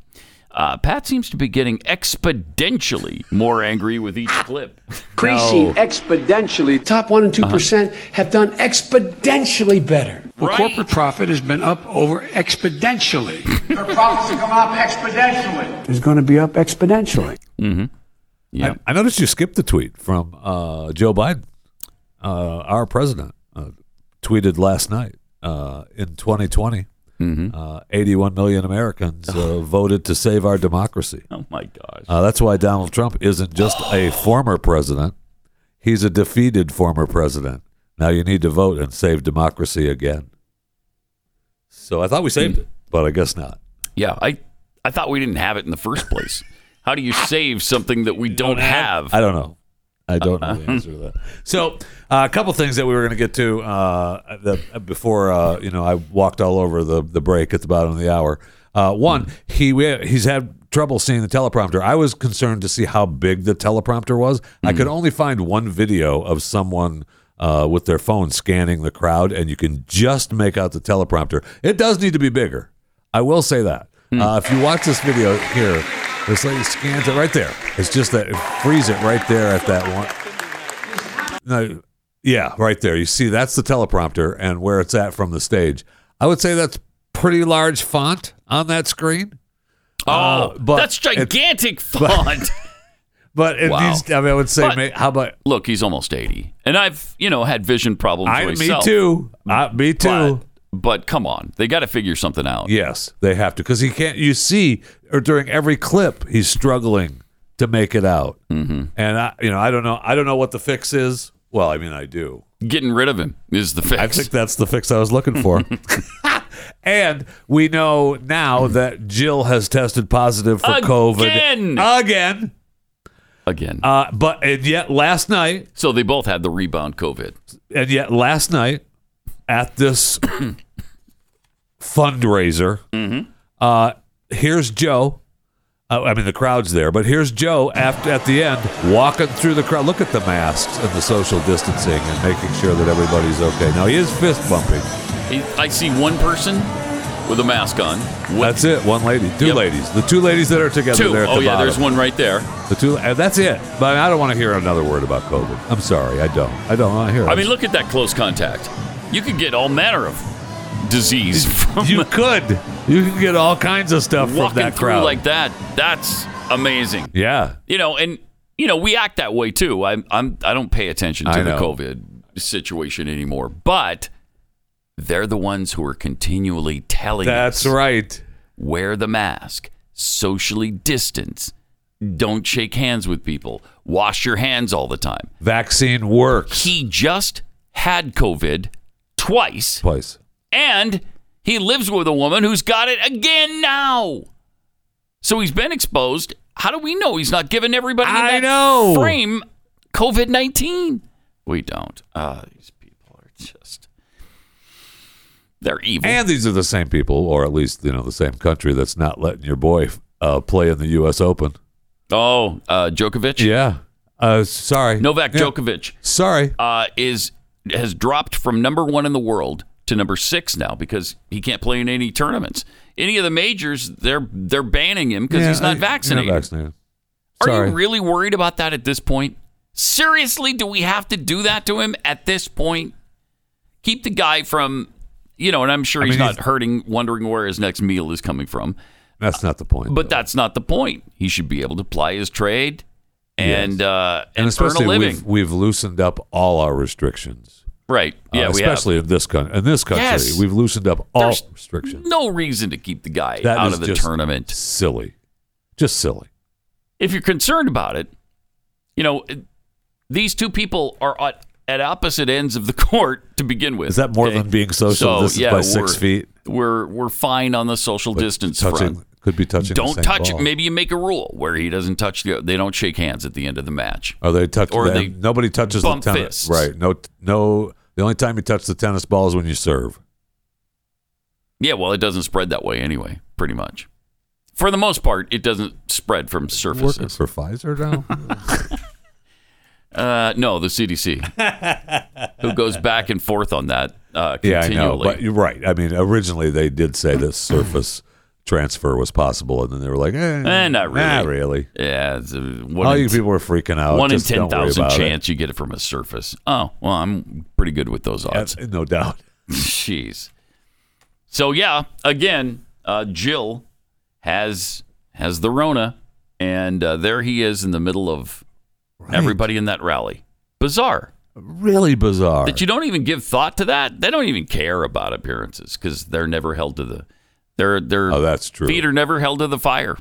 B: uh, Pat seems to be getting exponentially more angry with each clip.
J: increasing exponentially. Top one and two
I: Uh-huh.
J: percent have done exponentially better.
I: The corporate profit has been up over exponentially. Their profits have come up exponentially.
J: It's going to be up exponentially.
B: Yeah.
C: I, I noticed you skipped the tweet from uh, Joe Biden, uh, our president, uh, tweeted last night uh, in 2020. Uh, 81 million Americans uh, voted to save our democracy.
B: Oh, my gosh.
C: Uh, that's why Donald Trump isn't just a former president; he's a defeated former president. Now you need to vote and save democracy again. So I thought we saved it, but I guess not.
B: Yeah. I, I thought we didn't have it in the first place. How do you save something that we don't have?
C: I don't know. I don't know the answer to that. So, uh, a couple things that we were going to get to uh, the, before uh, you know I walked all over the the break at the bottom of the hour. Uh, one, he we, he's had trouble seeing the teleprompter. I was concerned to see how big the teleprompter was. I could only find one video of someone. Uh, with their phone scanning the crowd, and you can just make out the teleprompter. It does need to be bigger. I will say that.
B: Hmm.
C: Uh, if you watch this video here, this lady scans it right there. It's just that it frees it right there at that one. No, yeah, right there. You see, that's the teleprompter and where it's at from the stage. I would say that's pretty large font on that screen.
B: oh,
C: uh, but
B: that's
C: it's-
B: gigantic font.
C: But it
B: Wow.
C: needs. I mean, I would say,
B: But-
C: ma- how about?
B: Look, he's almost 80. And I've, you know, had vision problems
C: I, me
B: myself.
C: too. I, me too.
B: But, but come on, they got to figure something out.
C: Yes, they have to because he can't. You see, or during every clip, he's struggling to make it out. Mm-hmm. And I, you know, I don't know. I don't know what the fix is. Well, I mean, I do.
B: Getting rid of him is the fix.
C: I think that's the fix I was looking for. and we know now that Jill has tested positive for
B: Again!
C: COVID again.
B: Again.
C: Uh, but and yet last night,
B: so they both had the rebound COVID.
C: and yet last night at this fundraiser,
B: Mm-hmm.
C: uh, here's Joe. Uh, I mean, the crowd's there, but here's Joe after, at the end walking through the crowd. Look at the masks and the social distancing and making sure that everybody's okay. Now, he is fist bumping.
B: I I see one person with a mask on. What?
C: That's it. One lady, two
B: Yep.
C: ladies, the two ladies that are together
B: two.
C: there. At
B: oh,
C: the
B: yeah,
C: bottom.
B: there's one right there.
C: The two. and That's it. But I don't want to hear another word about COVID. I'm sorry. I don't. I don't want to hear. it.
B: I mean, look at that close contact. You could get all manner of disease from
C: you could. You can get all kinds of stuff from
B: walking
C: that
B: through
C: crowd.
B: like that. That's amazing.
C: yeah.
B: You know, and you know, we act that way too. I'm, I'm, I don't pay attention to
C: I
B: the
C: know.
B: COVID situation anymore, but they're the ones who are continually telling us.
C: That's right.
B: wear the mask, socially distance, don't shake hands with people, wash your hands all the time.
C: Vaccine works.
B: He just had COVID twice
C: Place.
B: and he lives with a woman who's got it again now. So he's been exposed. How do we know he's not giving everybody in
C: I
B: that
C: know.
B: frame COVID 19? We don't. Uh, these people are just, they're evil.
C: And these are the same people, or at least you know the same country that's not letting your boy uh, play in the U.S. Open.
B: oh, uh, Djokovic?
C: Yeah. Uh, sorry.
B: Novak
C: Yeah.
B: Djokovic.
C: Sorry.
B: uh, is has dropped from number one in the world to number six now because he can't play in any tournaments. Any of the majors, they're they're banning him because
C: Yeah,
B: he's
C: I-
B: not
C: you're
B: vaccinated.
C: vaccinated.
B: Are
C: Sorry.
B: you really worried about that at this point? Seriously, do we have to do that to him at this point? Keep the guy from, you know, and I'm sure
C: I
B: he's
C: mean,
B: not
C: he's-
B: hurting, wondering where his next meal is coming from.
C: That's not the point.
B: But
C: though.
B: that's not the point. He should be able to ply his trade and uh, and, earn
C: and
B: a
C: especially
B: living.
C: we've, we've loosened up all our restrictions.
B: Right. Yeah,
C: Uh,
B: we have.
C: especially in this country. In this country,
B: Yes.
C: we've loosened up all
B: There's
C: restrictions.
B: no reason to keep the guy
C: That
B: out
C: is
B: of the
C: just
B: tournament.
C: Silly, just silly.
B: If you're concerned about it, you know, it- these two people are at, at opposite ends of the court to begin with.
C: Is that more than being social?
B: So,
C: this is
B: yeah,
C: by six
B: we're-
C: feet.
B: We're we're fine on the social distance
C: touching
B: front.
C: could be touching. the
B: Don't
C: same
B: touch
C: ball.
B: it. Maybe you make a rule where he doesn't touch the. They don't shake hands at the end of the match.
C: Are they touch?
B: Or
C: Or
B: they
C: nobody touches
B: bump
C: the tennis.
B: fists.
C: Right. No. No. The only time you touch the tennis ball is when you serve.
B: Yeah, well, it doesn't spread that way anyway. Pretty much, for the most part, it doesn't spread from
C: Working
B: surfaces.
C: for Pfizer now.
B: Uh, no, the CDC, who goes back and forth on that uh,
C: yeah, I
B: continually.
C: know. But you're right. I mean, originally they did say that surface transfer was possible, and then they were like, eh,
B: Eh, not really.
C: Not really.
B: yeah, it's, uh, one
C: All
B: in
C: you people were freaking out.
B: one in
C: Just don't
B: ten
C: worry
B: thousand
C: about it.
B: chance you get it from a surface. Oh, well, I'm pretty good with those odds.
C: Yeah, no doubt.
B: Jeez. So yeah, again, uh, Jill has has the Rona, and uh, there he is in the middle of everybody in that rally. Bizarre
C: Really bizarre.
B: that you don't even give thought to that. They don't even care about appearances because they're never held to the their their
C: oh, that's true.
B: feet are never held to the fire,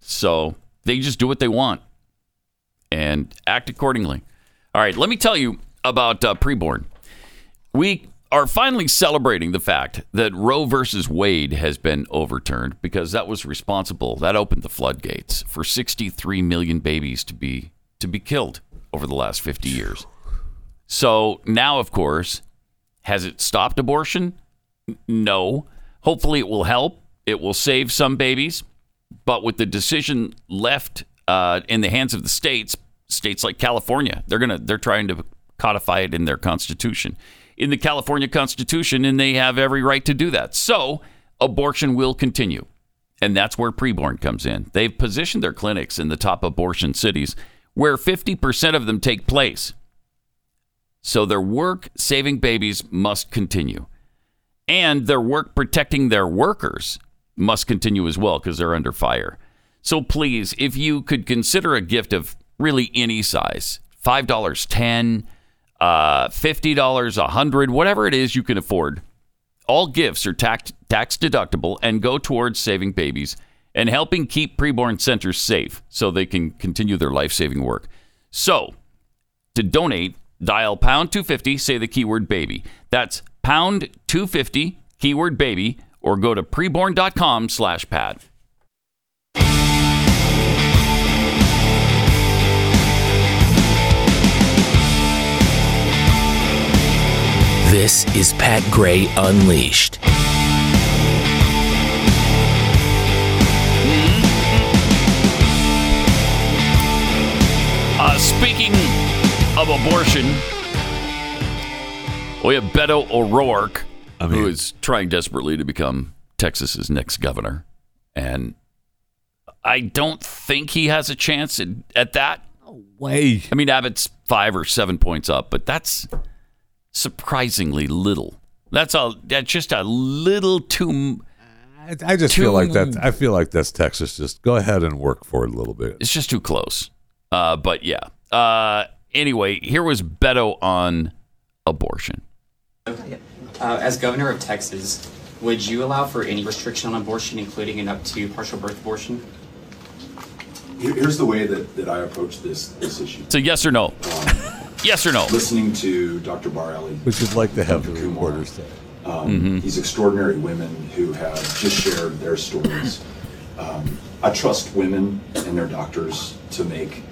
B: so they just do what they want and act accordingly. All right, let me tell you about uh, preborn. We are finally celebrating the fact that Roe versus Wade has been overturned because that was responsible. That opened the floodgates for 63 million babies to be to be killed over the last 50 years. So now, of course, has it stopped abortion? N- No. Hopefully, it will help. It will save some babies. But with the decision left uh, in the hands of the states, states like California, they're gonna they're trying to codify it in their constitution, in the California Constitution, and they have every right to do that. So abortion will continue. And that's where preborn comes in. They've positioned their clinics in the top abortion cities where 50% of them take place. So their work saving babies must continue. And their work protecting their workers must continue as well because they're under fire. So please, if you could consider a gift of really any size $5, 10 uh, $50, 100 whatever it is you can afford. All gifts are tax, tax deductible and go towards saving babies and helping keep preborn centers safe so they can continue their life saving work. So, to donate, dial pound 250, say the keyword baby. That's pound 250, keyword baby, or go to preborn.com slash Pat.
K: This is Pat Gray Unleashed.
B: Uh, speaking of abortion, we have Beto O'Rourke, who is trying desperately to become Texas's next governor. And I don't think he has a chance at, at that. No
C: way.
B: I mean, Abbott's five or seven points up, but that's surprisingly little. That's a that's just a little too. m-
C: I, I just
B: Too-
C: feel like that. I feel like that's Texas. Just go ahead and work for it a little bit.
B: It's just too close. Uh, but yeah. Uh, anyway, here was Beto on abortion.
L: Uh, as governor of Texas, would you allow for any restriction on abortion, including and up to partial birth abortion?
M: Here- Here's the way that, that I approach this this issue.
B: So yes or no? yes or no?
M: Listening to Dr. Barelli,
C: Which is like the have the reporters say.
M: um, these extraordinary women who have just shared their stories. um, I trust women and their doctors to make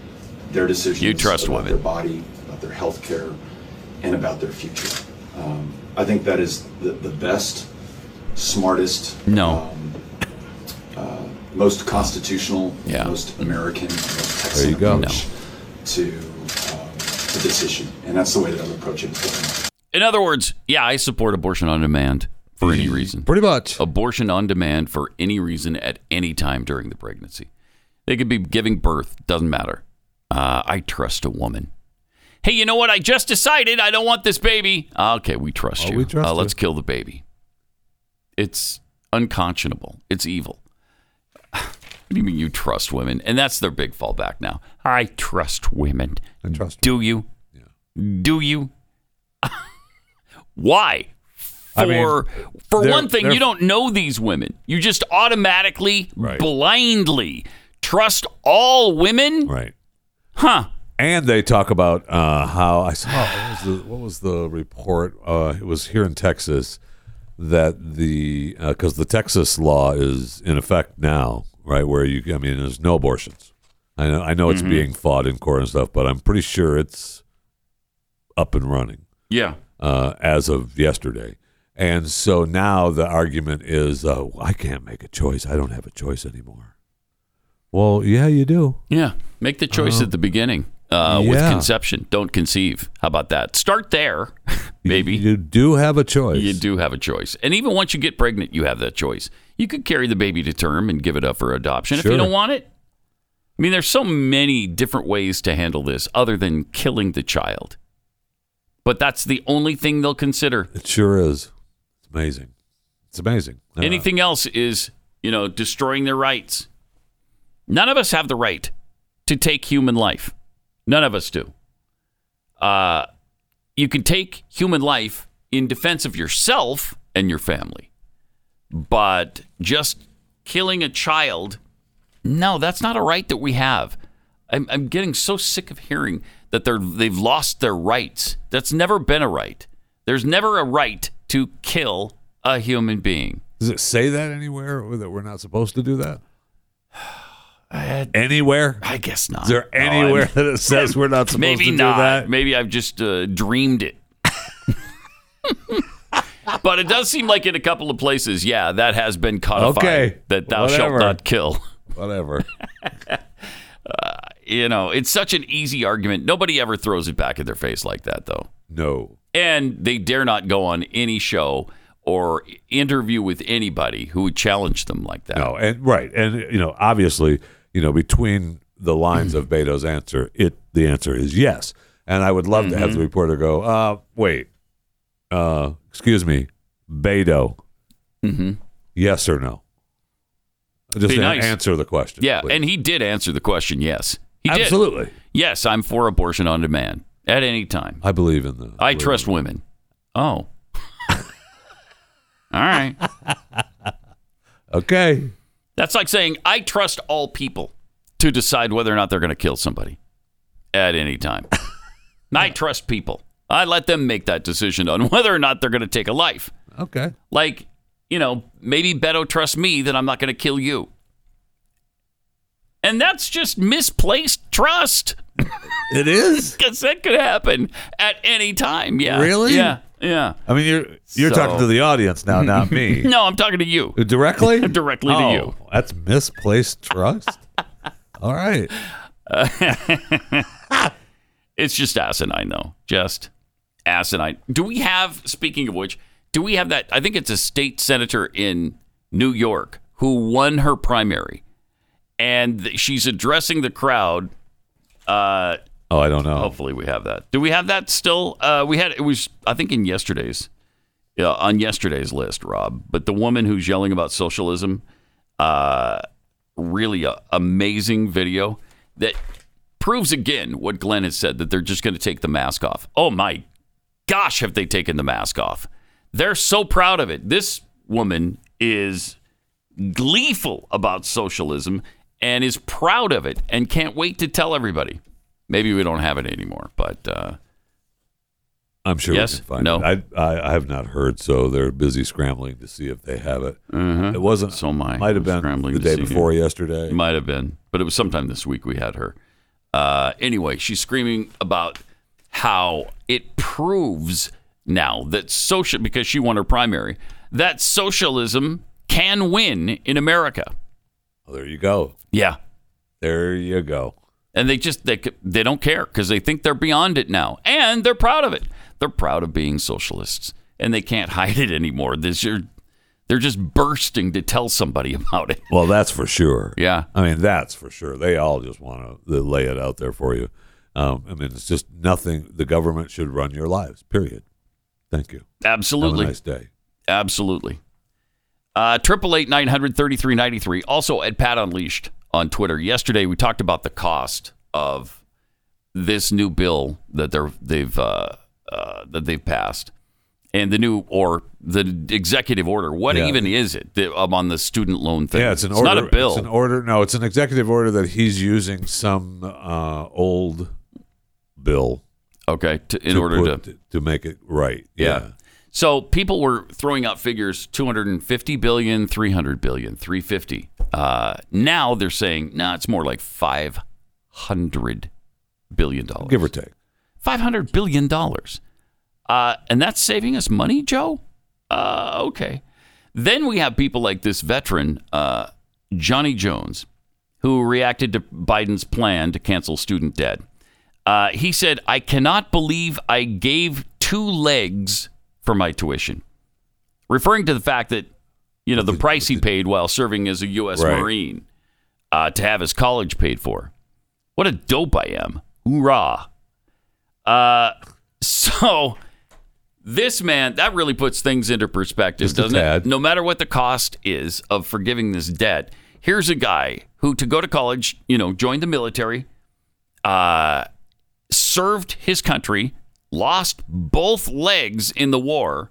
M: their decisions.
B: You trust
M: about
B: women.
M: their body, about their health care, and about their future. Um, I think that is the, the best, smartest,
B: No.
M: uh, most constitutional,
B: Yeah.
M: most American, most Texan
B: There you go.
M: approach to, um, to this issue. And that's the way that I'm approaching it.
B: In other words, yeah, I support abortion on demand for any reason.
C: Pretty much.
B: Abortion on demand for any reason at any time during the pregnancy. They could be giving birth, doesn't matter. Uh, I trust a woman. Hey, you know what? I just decided I don't want this baby. Okay, we trust you.
C: we trust
B: uh, let's kill the baby. It's unconscionable. It's evil. What do you mean you trust women? And that's their big fallback now. I trust women. I trust. Do you? Do you? Why? For
C: I mean,
B: for
C: they're-
B: one thing,
C: they're-
B: you don't know these women. You just automatically,
C: Right.
B: blindly trust all women.
C: Right.
B: Huh.
C: And they talk about uh, how I saw what was the, what was the report? Uh, it was here in Texas that the because the Texas law is in effect now, right? Where you, I mean, there's no abortions. I know, I know it's
B: Mhm.
C: being fought in court and stuff, but I'm pretty sure it's up and running.
B: Yeah.
C: uh, as of yesterday. And so now the argument is, uh, I can't make a choice. I don't have a choice anymore. Well, yeah, you do.
B: Yeah. Make the choice
C: Um,
B: at the beginning uh, with
C: yeah.
B: conception. Don't conceive. How about that? Start there, maybe.
C: You do have a choice.
B: You do have a choice. And even once you get pregnant, you have that choice. You could carry the baby to term and give it up for adoption if you
C: Sure.
B: don't want it. I mean, there's so many different ways to handle this other than killing the child. But that's the only thing they'll consider.
C: It sure is. It's amazing. It's amazing. Uh,
B: Anything else is, you know, destroying their rights. None of us have the right to take human life. None of us do. Uh, you can take human life in defense of yourself and your family, but just killing a child, no, that's not a right that we have. I'm, I'm getting so sick of hearing that they're they've lost their rights. That's never been a right. There's never a right to kill a human being.
C: Does it say that anywhere that we're not supposed to do that? anywhere?
B: I guess not.
C: Is there
B: No,
C: anywhere
B: I'm-
C: that it says we're not supposed
B: Maybe
C: to
B: not.
C: do that?
B: Maybe I've just uh, dreamed it. but it does seem like in a couple of places, yeah, that has been codified.
C: Okay.
B: That thou
C: Whatever.
B: shalt not kill.
C: Whatever.
B: You know, it's such an easy argument. Nobody ever throws it back at their face like that, though.
C: No.
B: And they dare not go on any show or interview with anybody who would challenge them like that.
C: No, and right, and you know, obviously, you know, between the lines of Beto's answer, it the answer is yes. And I would love to
B: Mm-hmm.
C: have the reporter go, uh, wait, uh, excuse me, Beto,
B: mm-hmm.
C: yes or no? Just
B: Be
C: an-
B: nice.
C: answer the question.
B: Yeah,
C: please.
B: and he did answer the question. Yes, he did.
C: Absolutely.
B: Yes, I'm for abortion on demand at any time.
C: I believe in the.
B: I trust women. Oh, all right.
C: Okay.
B: That's like saying I trust all people to decide whether or not they're going to kill somebody at any time. And I trust people. I let them make that decision on whether or not they're going to take a life.
C: Okay.
B: Like, you know, maybe Beto trusts me that I'm not going to kill you. And that's just misplaced trust.
C: It is.
B: Because that could happen at any time. Yeah.
C: Really?
B: Yeah. Yeah.
C: I mean, you're you're
B: So-
C: talking to the audience now, not me.
B: No, I'm talking to you.
C: Directly?
B: Directly to
C: Oh,
B: you.
C: That's misplaced trust. All right.
B: It's just asinine, though. Just asinine. Do we have, speaking of which, do we have that? I think it's a state senator in New York who won her primary. And th- she's addressing the crowd. Uh,
C: Oh, I don't know.
B: Hopefully, we have that. Do we have that still? Uh, we had it was I think in yesterday's uh, on yesterday's list, Rob. But the woman who's yelling about socialism, uh, really a amazing video that proves again what Glenn has said that they're just going to take the mask off. Oh my gosh, have they taken the mask off? They're so proud of it. This woman is gleeful about socialism and is proud of it and can't wait to tell everybody. Maybe we don't have it anymore, but uh,
C: I'm sure.
B: Yes?
C: We can find
B: No?
C: It. I, I I have not heard, so they're busy scrambling to see if they have it.
B: Mhm.
C: It wasn't.
B: so my
C: might have been
B: scrambling
C: the
B: to
C: day
B: see.
C: before yesterday.
B: Might have been, but it was sometime this week we had her. Uh, anyway, she's screaming about how it proves now that social because she won her primary that socialism can win in America.
C: Well, Oh, there you go.
B: Yeah,
C: There you go.
B: and they just they they don't care because they think they're beyond it now, and they're proud of it. They're proud of being socialists, and they can't hide it anymore. This year, they're just bursting to tell somebody about it.
C: Well, that's for sure.
B: Yeah.
C: I mean, that's for sure. They all just want to lay it out there for you. Um, I mean, it's just nothing. The government should run your lives. Period. Thank you.
B: Absolutely.
C: Have a nice day.
B: Absolutely. Uh, Triple eight nine hundred thirty three ninety three. Also at Pat Unleashed on Twitter yesterday, we talked about the cost of this new bill that they're they've uh, uh, that they've passed, and the new or the executive order. What
C: Yeah.
B: even is it that, um, on the student loan thing?
C: Yeah, it's an
B: it's
C: order.
B: not a bill.
C: It's an order. No, it's an executive order that he's using some uh, old bill.
B: Okay, to, in order
C: put- to make it right.
B: Yeah. So people were throwing out figures 250 billion, 300 billion, 350. Uh, now they're saying, nah, it's more like 500 billion dollars. Give or
C: take.
B: 500 billion dollars. Uh, and that's saving us money, Joe? Uh, okay. Then we have people like this veteran, uh, Johnny Jones, who reacted to Biden's plan to cancel student debt. Uh, he said, I cannot believe I gave two legs for my tuition, referring to the fact that, you know, the price he paid while serving as a U.S.
N: Right.
B: Marine uh, to have his college paid for. What a dope I am. Hoorah. Uh, so this man, that really puts things into perspective,
C: a
B: doesn't it?
C: tad.
B: No matter what the cost is of forgiving this debt, here's a guy who, to go to college, you know, joined the military, uh, served his country, lost both legs in the war,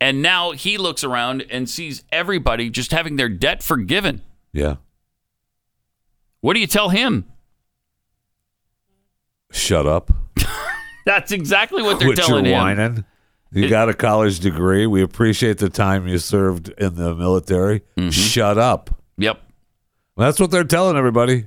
B: and now he looks around and sees everybody just having their debt forgiven.
C: Yeah.
B: What do you tell him?
C: Shut up.
B: That's exactly what they're
C: Quit your
B: telling him.
C: whining. You got a college degree. We appreciate the time you served in the military.
B: Mm-hmm.
C: Shut up.
B: Yep.
C: That's what they're telling everybody.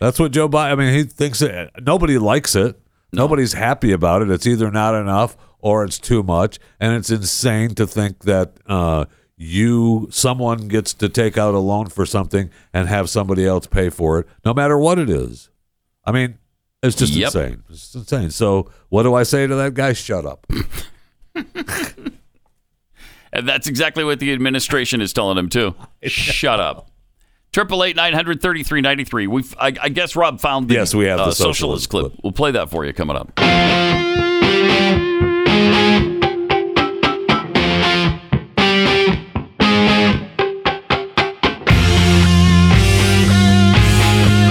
C: That's what Joe Biden. I mean, he thinks that nobody likes it. Nobody's happy about it. It's either not enough or it's too much, and it's insane to think that uh, you someone gets to take out a loan for something and have somebody else pay for it, no matter what it is. I mean, it's just
B: Yep.
C: insane. It's just insane. So, what do I say to that guy? Shut up.
B: And that's exactly what the administration is telling him too. Shut up. Triple eight nine hundred thirty three ninety three. We, I, I guess, Rob found the
C: Yes, we have
B: uh,
C: the
B: socialist,
C: socialist
B: clip. We'll play that for you coming up.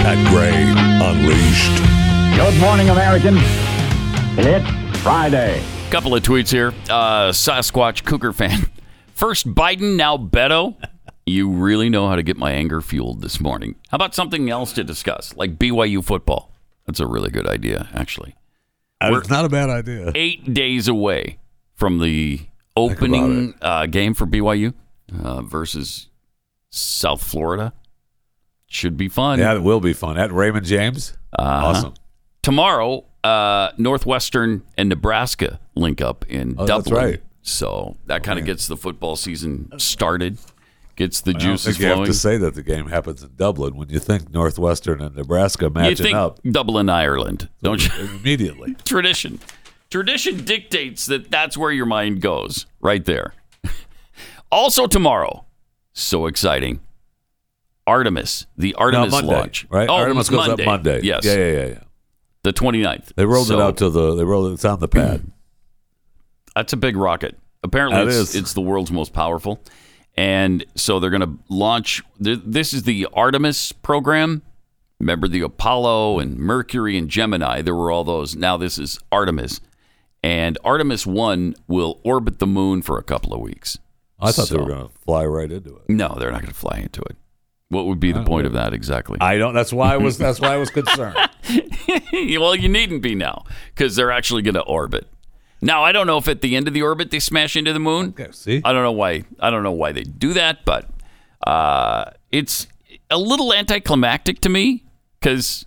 C: Pat Gray Unleashed.
D: Good morning, American. It's Friday.
B: Couple of tweets here. Uh, Sasquatch Cougar fan. First Biden, now Beto. You really know how to get my anger fueled this morning. How about something else to discuss, like BYU football? That's a really good idea, actually. We're-
C: It's not a bad idea.
B: eight days away from the opening uh, game for BYU uh, versus South Florida. Should be fun. Uh-huh.
C: Yeah, it will be fun at Raymond James. Awesome.
B: Tomorrow, uh, Northwestern and Nebraska link up in
C: Oh, that's
B: Dublin.
C: right. Oh,
B: So that kind of gets the football season started, gets the
C: I don't
B: juices
C: think You
B: flowing.
C: have to say that the game happens in Dublin when you think Northwestern and Nebraska
B: you
C: matching
B: think
C: up
B: Dublin, Ireland, don't you?
C: immediately.
B: tradition. Tradition dictates that that's where your mind goes, right there. also tomorrow, so exciting. Artemis, the Artemis
C: Monday,
B: launch, Oh,
C: right? Artemis goes up Monday.
B: Yes,
C: Yeah, yeah, yeah, yeah.
B: The 29th.
C: They rolled
B: So,
C: it out to the. They rolled it. It's on the pad.
B: That's a big rocket. Apparently,
C: That
B: it's,
C: is.
B: it's the world's most powerful, and so they're going to launch. th- This is the Artemis program. Remember the Apollo and Mercury and Gemini? There were all those. Now this is Artemis, and Artemis One will orbit the moon for a couple of weeks.
C: I thought they were
B: So-
C: going to fly right into it.
B: No, they're not going to fly into it. What would be the point of that exactly?
C: Oh, I don't. That's why I was. That's why I was concerned.
B: well, you needn't be now because they're actually going to orbit. Now, I don't know if at the end of the orbit they smash into the moon.
C: see,
B: I don't know why. I don't know why they do that, but uh, it's a little anticlimactic to me because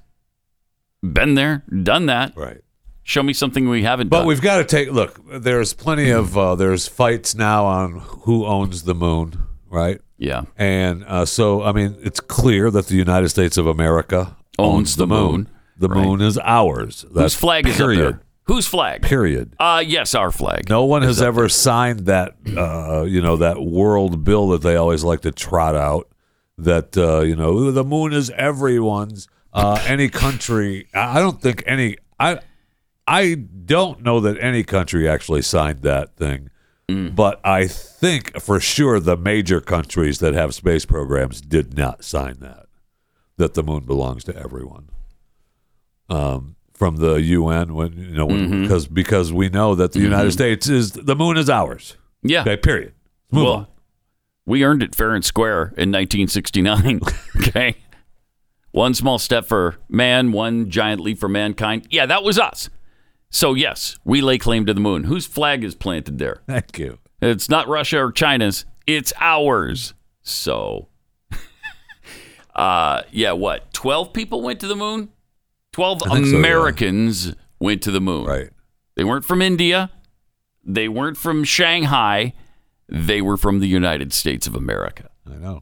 B: been there, done that.
C: Right.
B: Show me something we haven't
C: But
B: done.
C: we've got to take look. There's plenty of uh, there's fights now on who owns the moon, right?
B: Yeah.
C: And uh, so I mean, it's clear that the United States of America owns, the moon. The moon is ours.
B: Whose
C: That's
B: flag is
C: period.
B: up there? Whose flag?
C: Period.
B: Uh, yes, our flag.
C: No one has ever signed that, uh, you know, that world bill that they always like to trot out. That uh, you know, the moon is everyone's. Uh, any country, I I don't think any. I I don't know that any country actually signed that thing, but I think for sure the major countries that have space programs did not sign that. That the moon belongs to everyone. Um, from the UN when you know when,
B: Mhm.
C: because because we know that the United
B: Mhm.
C: States is the moon is ours.
B: Yeah.
C: Okay, period. Move on.
B: We earned it fair and square in 1969. okay. One small step for man, one giant leap for mankind. Yeah, that was us. So, yes, we lay claim to the moon. Whose flag is planted there?
C: Thank you.
B: It's not Russia or China's, it's ours. So, uh, yeah, what? 12 people went to the moon? 12
C: I think so, yeah.
B: Americans went to the moon. Right. They weren't from India, they weren't from Shanghai, they were from the United States of America.
C: I know.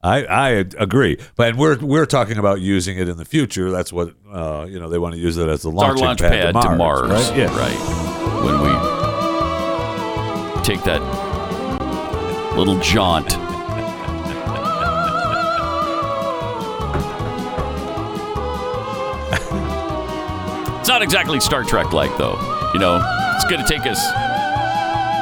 C: I I agree, but we're we're talking about using it in the future. That's what uh, you know. They want to use it as the
B: It's our
C: launching
B: launch pad, to Mars.
C: right? Yeah.
B: right. When we take that little jaunt. it's not exactly Star Trek like, though. You know, it's going to take us,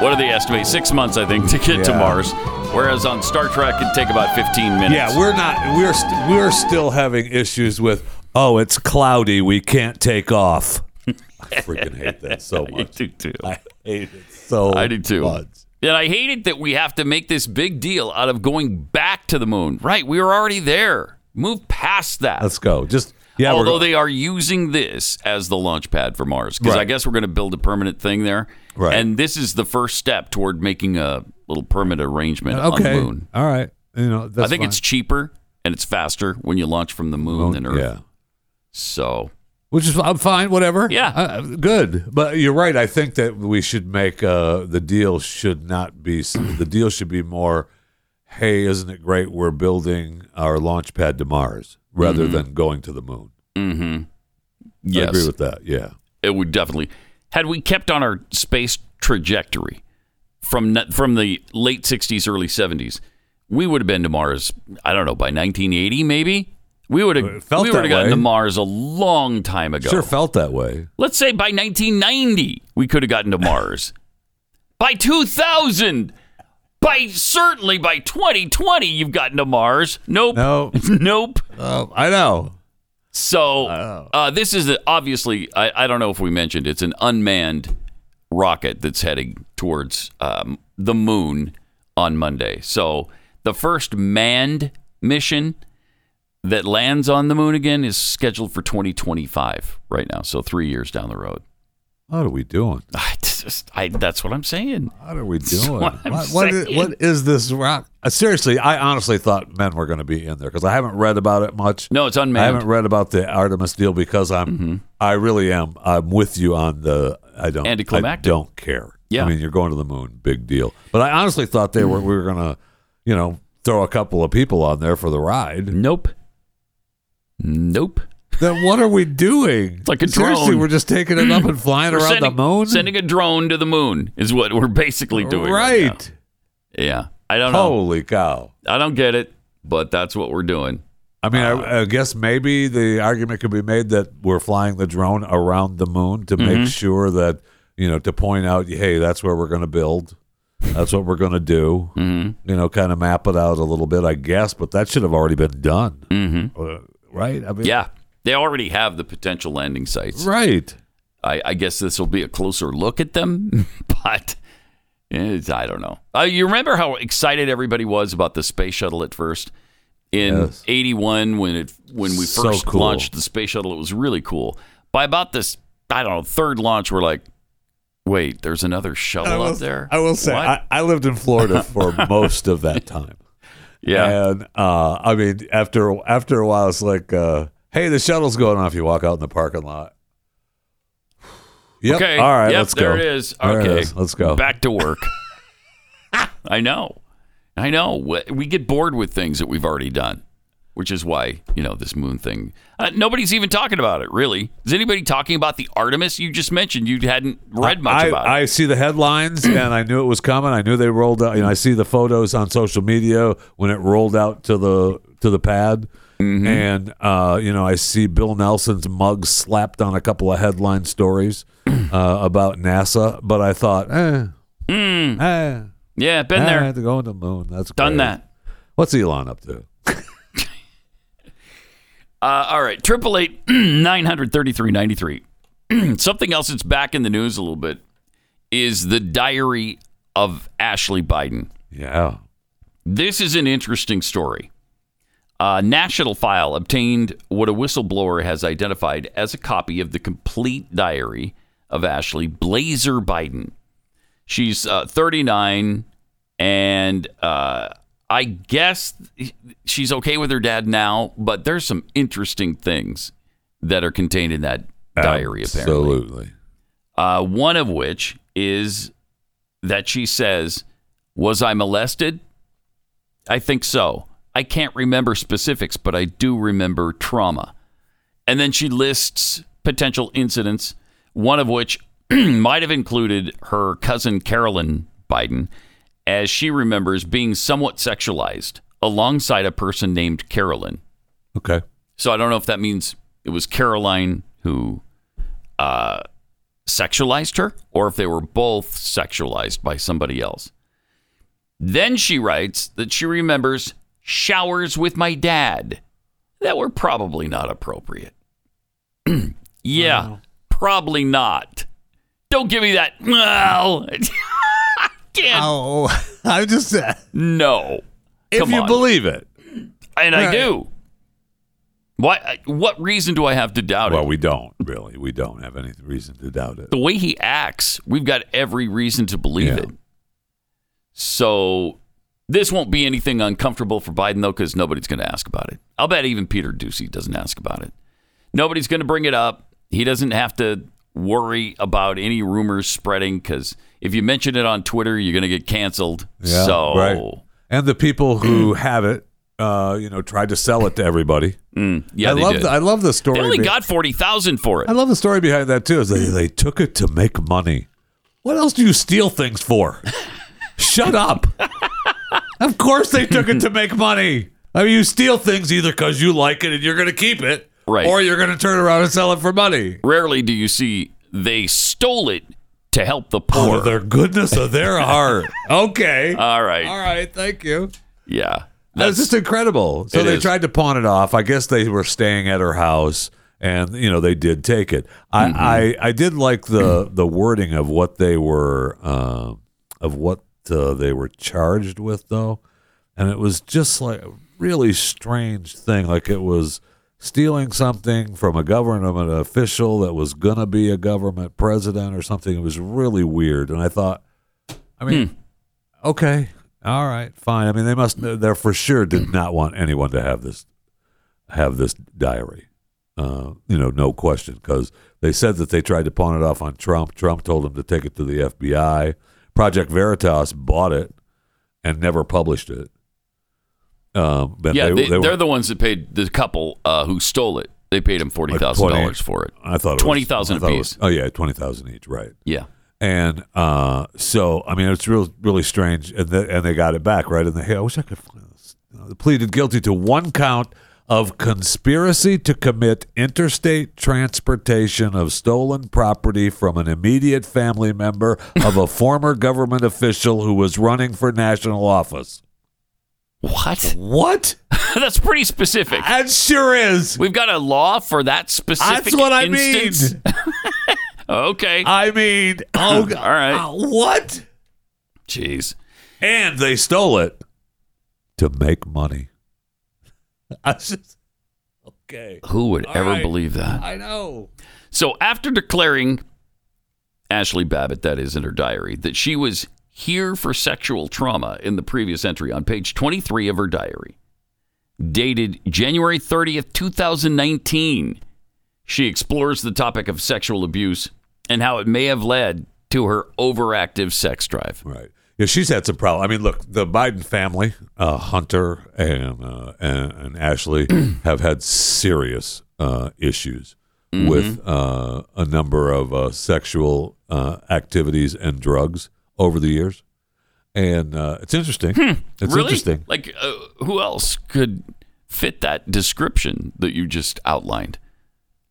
B: what do they estimate? Six months, I think, to get to
C: Yeah.
B: Mars. Whereas on Star Trek, it'd take about 15 minutes.
C: Yeah, we're not. We're st- we're still having issues with. Oh, it's cloudy. We can't take off. I freaking hate that so much. I
B: do too.
C: I hate it so.
B: I do too.
C: much.
B: And I hate it that we have to make this big deal out of going back to the moon. Right, we were already there. Move past that.
C: Let's go. Just yeah. we're-
B: Although they are using this as the launch pad for Mars, because I
C: Right.
B: guess we're going to build a permanent thing there.
C: Right.
B: And this is the first step toward making a little permanent arrangement on the
C: okay.
B: moon.
C: All right. You know. That's
B: I think
C: fine.
B: it's cheaper and it's faster when you launch from the moon
C: Moon,
B: than Earth.
C: yeah.
B: So
C: which is I'm fine. Whatever.
B: Yeah.
C: Uh, good. But you're right. I think that we should make uh, the deal should not be the deal should be more. Hey, isn't it great? We're building our launch pad to Mars rather
B: Mhm.
C: than going to the moon.
B: Mm-hmm.
C: I
B: Yes.
C: agree with that. Yeah.
B: It would definitely. Had we kept on our space trajectory from n- from the late '60s, early '70s, we would have been to Mars. I don't know by 1980, maybe we would have.
C: felt
B: We would have
C: that
B: gotten
C: way.
B: to Mars a long time ago.
C: Sure, felt that way.
B: Let's say by 1990, we could have gotten to Mars. by 2000, by certainly by 2020, you've gotten to Mars. Nope.
C: No.
B: nope.
C: I know.
B: So
C: Oh.
B: uh, this is a, obviously, I, I don't know if we mentioned it's an unmanned rocket that's heading towards um, the moon on Monday. So the first manned mission that lands on the moon again is scheduled for 2025 right now. So three years down the road.
C: What are we doing?
B: It's just- I- that's what I'm saying.
C: What are we
B: That's
C: doing?
B: what I'm
C: What- what is-
B: saying.
C: what is this rock? Uh, seriously, I honestly thought men were going to be in there because I haven't read about it much.
B: No, Mm-hmm. it's
C: I
B: unmanned.
C: haven't read about the Artemis deal because I'm, I really am. I'm with you on the. I don't.
B: Anticlimactic.
C: I don't care.
B: Yeah.
C: I mean, you're going to the moon, big deal. But I honestly thought they were. We were going to, you know, throw a couple of people on there for the ride.
B: Nope. Nope.
C: Then what are we doing?
B: It's like a
C: seriously,
B: drone.
C: we're just taking it up and flying
B: We're
C: around
B: sending,
C: the moon.
B: Sending a drone to the moon is what we're basically doing. Right.
C: right.
B: now. yeah. I don't know.
C: Holy cow.
B: I don't get it, but that's what we're doing.
C: I mean,
B: Uh,
C: I, I guess maybe the argument could be made that we're flying the drone around the moon to
B: Mhm.
C: make sure that you know to point out, hey, that's where we're going to build, that's what we're going to do. Mm-hmm. You know, kind of map it out a little bit, I guess. But that should have already been done, mm-hmm. right? I mean,
B: yeah. They already have the potential landing sites.
C: right.
B: I, I guess this will be a closer look at them, but it's, I don't know. Uh, you remember how excited everybody was about the space shuttle at first in
C: Yes.
B: '81 when it when we
C: So
B: first
C: cool.
B: launched the space shuttle. It was really cool. By about this, I don't know, third launch, we're like, wait, there's another shuttle
C: I will,
B: up there.
C: I will say,
B: What?
C: I, I lived in Florida for most of that time.
B: Yeah.
C: and uh, I mean, after after a while, it's like, uh, hey, the shuttle's going off. You walk out in the parking lot. Yep.
B: Okay.
C: All right.
B: Yep,
C: let's
B: there
C: go.
B: it is.
C: There
B: okay.
C: is. Let's go.
B: Back to work. I know. I know. We- We get bored with things that we've already done, which is why, you know, this moon thing. Uh, nobody's even talking about it, really. Is anybody talking about the Artemis? You just mentioned you hadn't read much
C: I,
B: about it.
C: I see the headlines and I knew it was coming. I knew they rolled out. You know, I see the photos on social media when it rolled out to the to the pad,
B: Mm-hmm.
C: and uh, you know I see Bill Nelson's mug slapped on a couple of headline stories uh, about NASA. But I thought, eh,
B: Mm.
C: eh,
B: yeah, been
C: eh,
B: there.
C: I had to go on the moon. That's
B: Done
C: great.
B: that.
C: What's Elon up to?
B: Uh, all right, triple eight nine hundred thirty three ninety three. Something else that's back in the news a little bit is the diary of Ashley Biden.
C: Yeah,
B: this is an interesting story. A national file obtained what a whistleblower has identified as a copy of the complete diary of Ashley Blazer Biden. She's uh, 39, and uh, I guess she's okay with her dad now, but there's some interesting things that are contained in that diary, apparently.
C: Absolutely.
B: Uh, one of which is that she says, Was I molested? I think so. I can't remember specifics, but I do remember trauma. And then she lists potential incidents, one of which might have included her cousin Carolyn Biden, as she remembers being somewhat sexualized alongside a person named Carolyn.
C: Okay.
B: So I don't know if that means it was Caroline who uh, sexualized her or if they were both sexualized by somebody else. Then she writes that she remembers showers with my dad that were probably not appropriate. yeah, probably not. Don't give me that. Well, can't.
N: Oh, I just uh,
B: no.
C: If
B: Come
C: you
B: on.
C: believe it.
B: and I
C: Right.
B: do. Why? What reason do I have to doubt
C: Well,
B: it?
C: we don't really. We don't have any reason to doubt it.
B: the way he acts, we've got every reason to believe it. So this won't be anything uncomfortable for Biden, though, because nobody's going to ask about it. I'll bet even Peter Ducey doesn't ask about it. Nobody's going to bring it up. He doesn't have to worry about any rumors spreading because if you mention it on Twitter, you're going to get canceled.
C: Yeah,
B: so
C: right. and the people who have it, uh, you know, tried to sell it to everybody.
B: yeah,
C: I
B: they
C: love
B: did.
C: The, I love the story.
B: they only
C: be-
B: got forty thousand for it.
C: I love the story behind that too. Is they they took it to make money. What else do you steal things for? Shut up. of course they took it to make money. I mean, you steal things either because you like it and you're going to keep it,
B: Right.
C: Or you're going to turn around and sell it for money.
B: Rarely do you see they stole it to help
C: Oh,
B: the poor.
C: Out of their goodness of their heart. Okay.
B: All right.
C: All right. Thank you.
B: Yeah.
C: That's just incredible. So
B: It
C: they
B: is.
C: tried to pawn it off. I guess they were staying at her house, and you know they did take it.
B: Mm-hmm.
C: I I, I did like the the wording of what they were uh, of what uh, they were charged with though, and it was just like a really strange thing. Like it was stealing something from a government official that was gonna be a government president or something. It was really weird, and I thought, I
B: Hmm.
C: mean, okay. All right, fine. I mean, they must. They for sure did not want anyone to have this, have this diary. Uh, you know, no question, because they said that they tried to pawn it off on Trump. Trump told them to take it to the FBI. Project Veritas bought it and never published it. Um, but
B: yeah,
C: they,
B: they,
C: they
B: they are
C: were,
B: the ones that paid the couple uh, who stole it. They paid him forty thousand dollars for it.
C: I thought it was-
B: twenty thousand
C: I thought it was-
B: apiece.
C: Oh yeah, twenty thousand each, right?
B: Yeah.
C: And uh, so, I mean, it's real, really strange. And, the, and they got it back, right? And they, hey, I wish I could find this. Uh, Pleaded guilty to one count of conspiracy to commit interstate transportation of stolen property from an immediate family member of a former government official who was running for national office.
B: What?
C: What?
B: That's pretty specific.
C: That sure is.
B: We've got a law for that specific.
C: That's what I
B: instance?
C: mean.
B: okay.
C: I mean, oh,
B: all right.
C: uh, what?
B: Jeez.
C: And they stole it to make money. I was just, okay.
B: Who would
C: All
B: ever
C: right.
B: believe that?
C: I know.
B: So after declaring Ashley Babbitt, that is in her diary, that she was here for sexual trauma in the previous entry on page 23 of her diary, dated January 30th, 2019, she explores the topic of sexual abuse and how it may have led to her overactive sex drive.
C: Right. Yeah, she's had some problems. I mean, look, the Biden family, uh, Hunter and, uh, and and Ashley, have had serious uh, issues
B: Mm-hmm.
C: with uh, a number of uh, sexual uh, activities and drugs over the years, and uh, it's interesting. It's
B: really?
C: interesting.
B: Like, uh, who else could fit that description that you just outlined?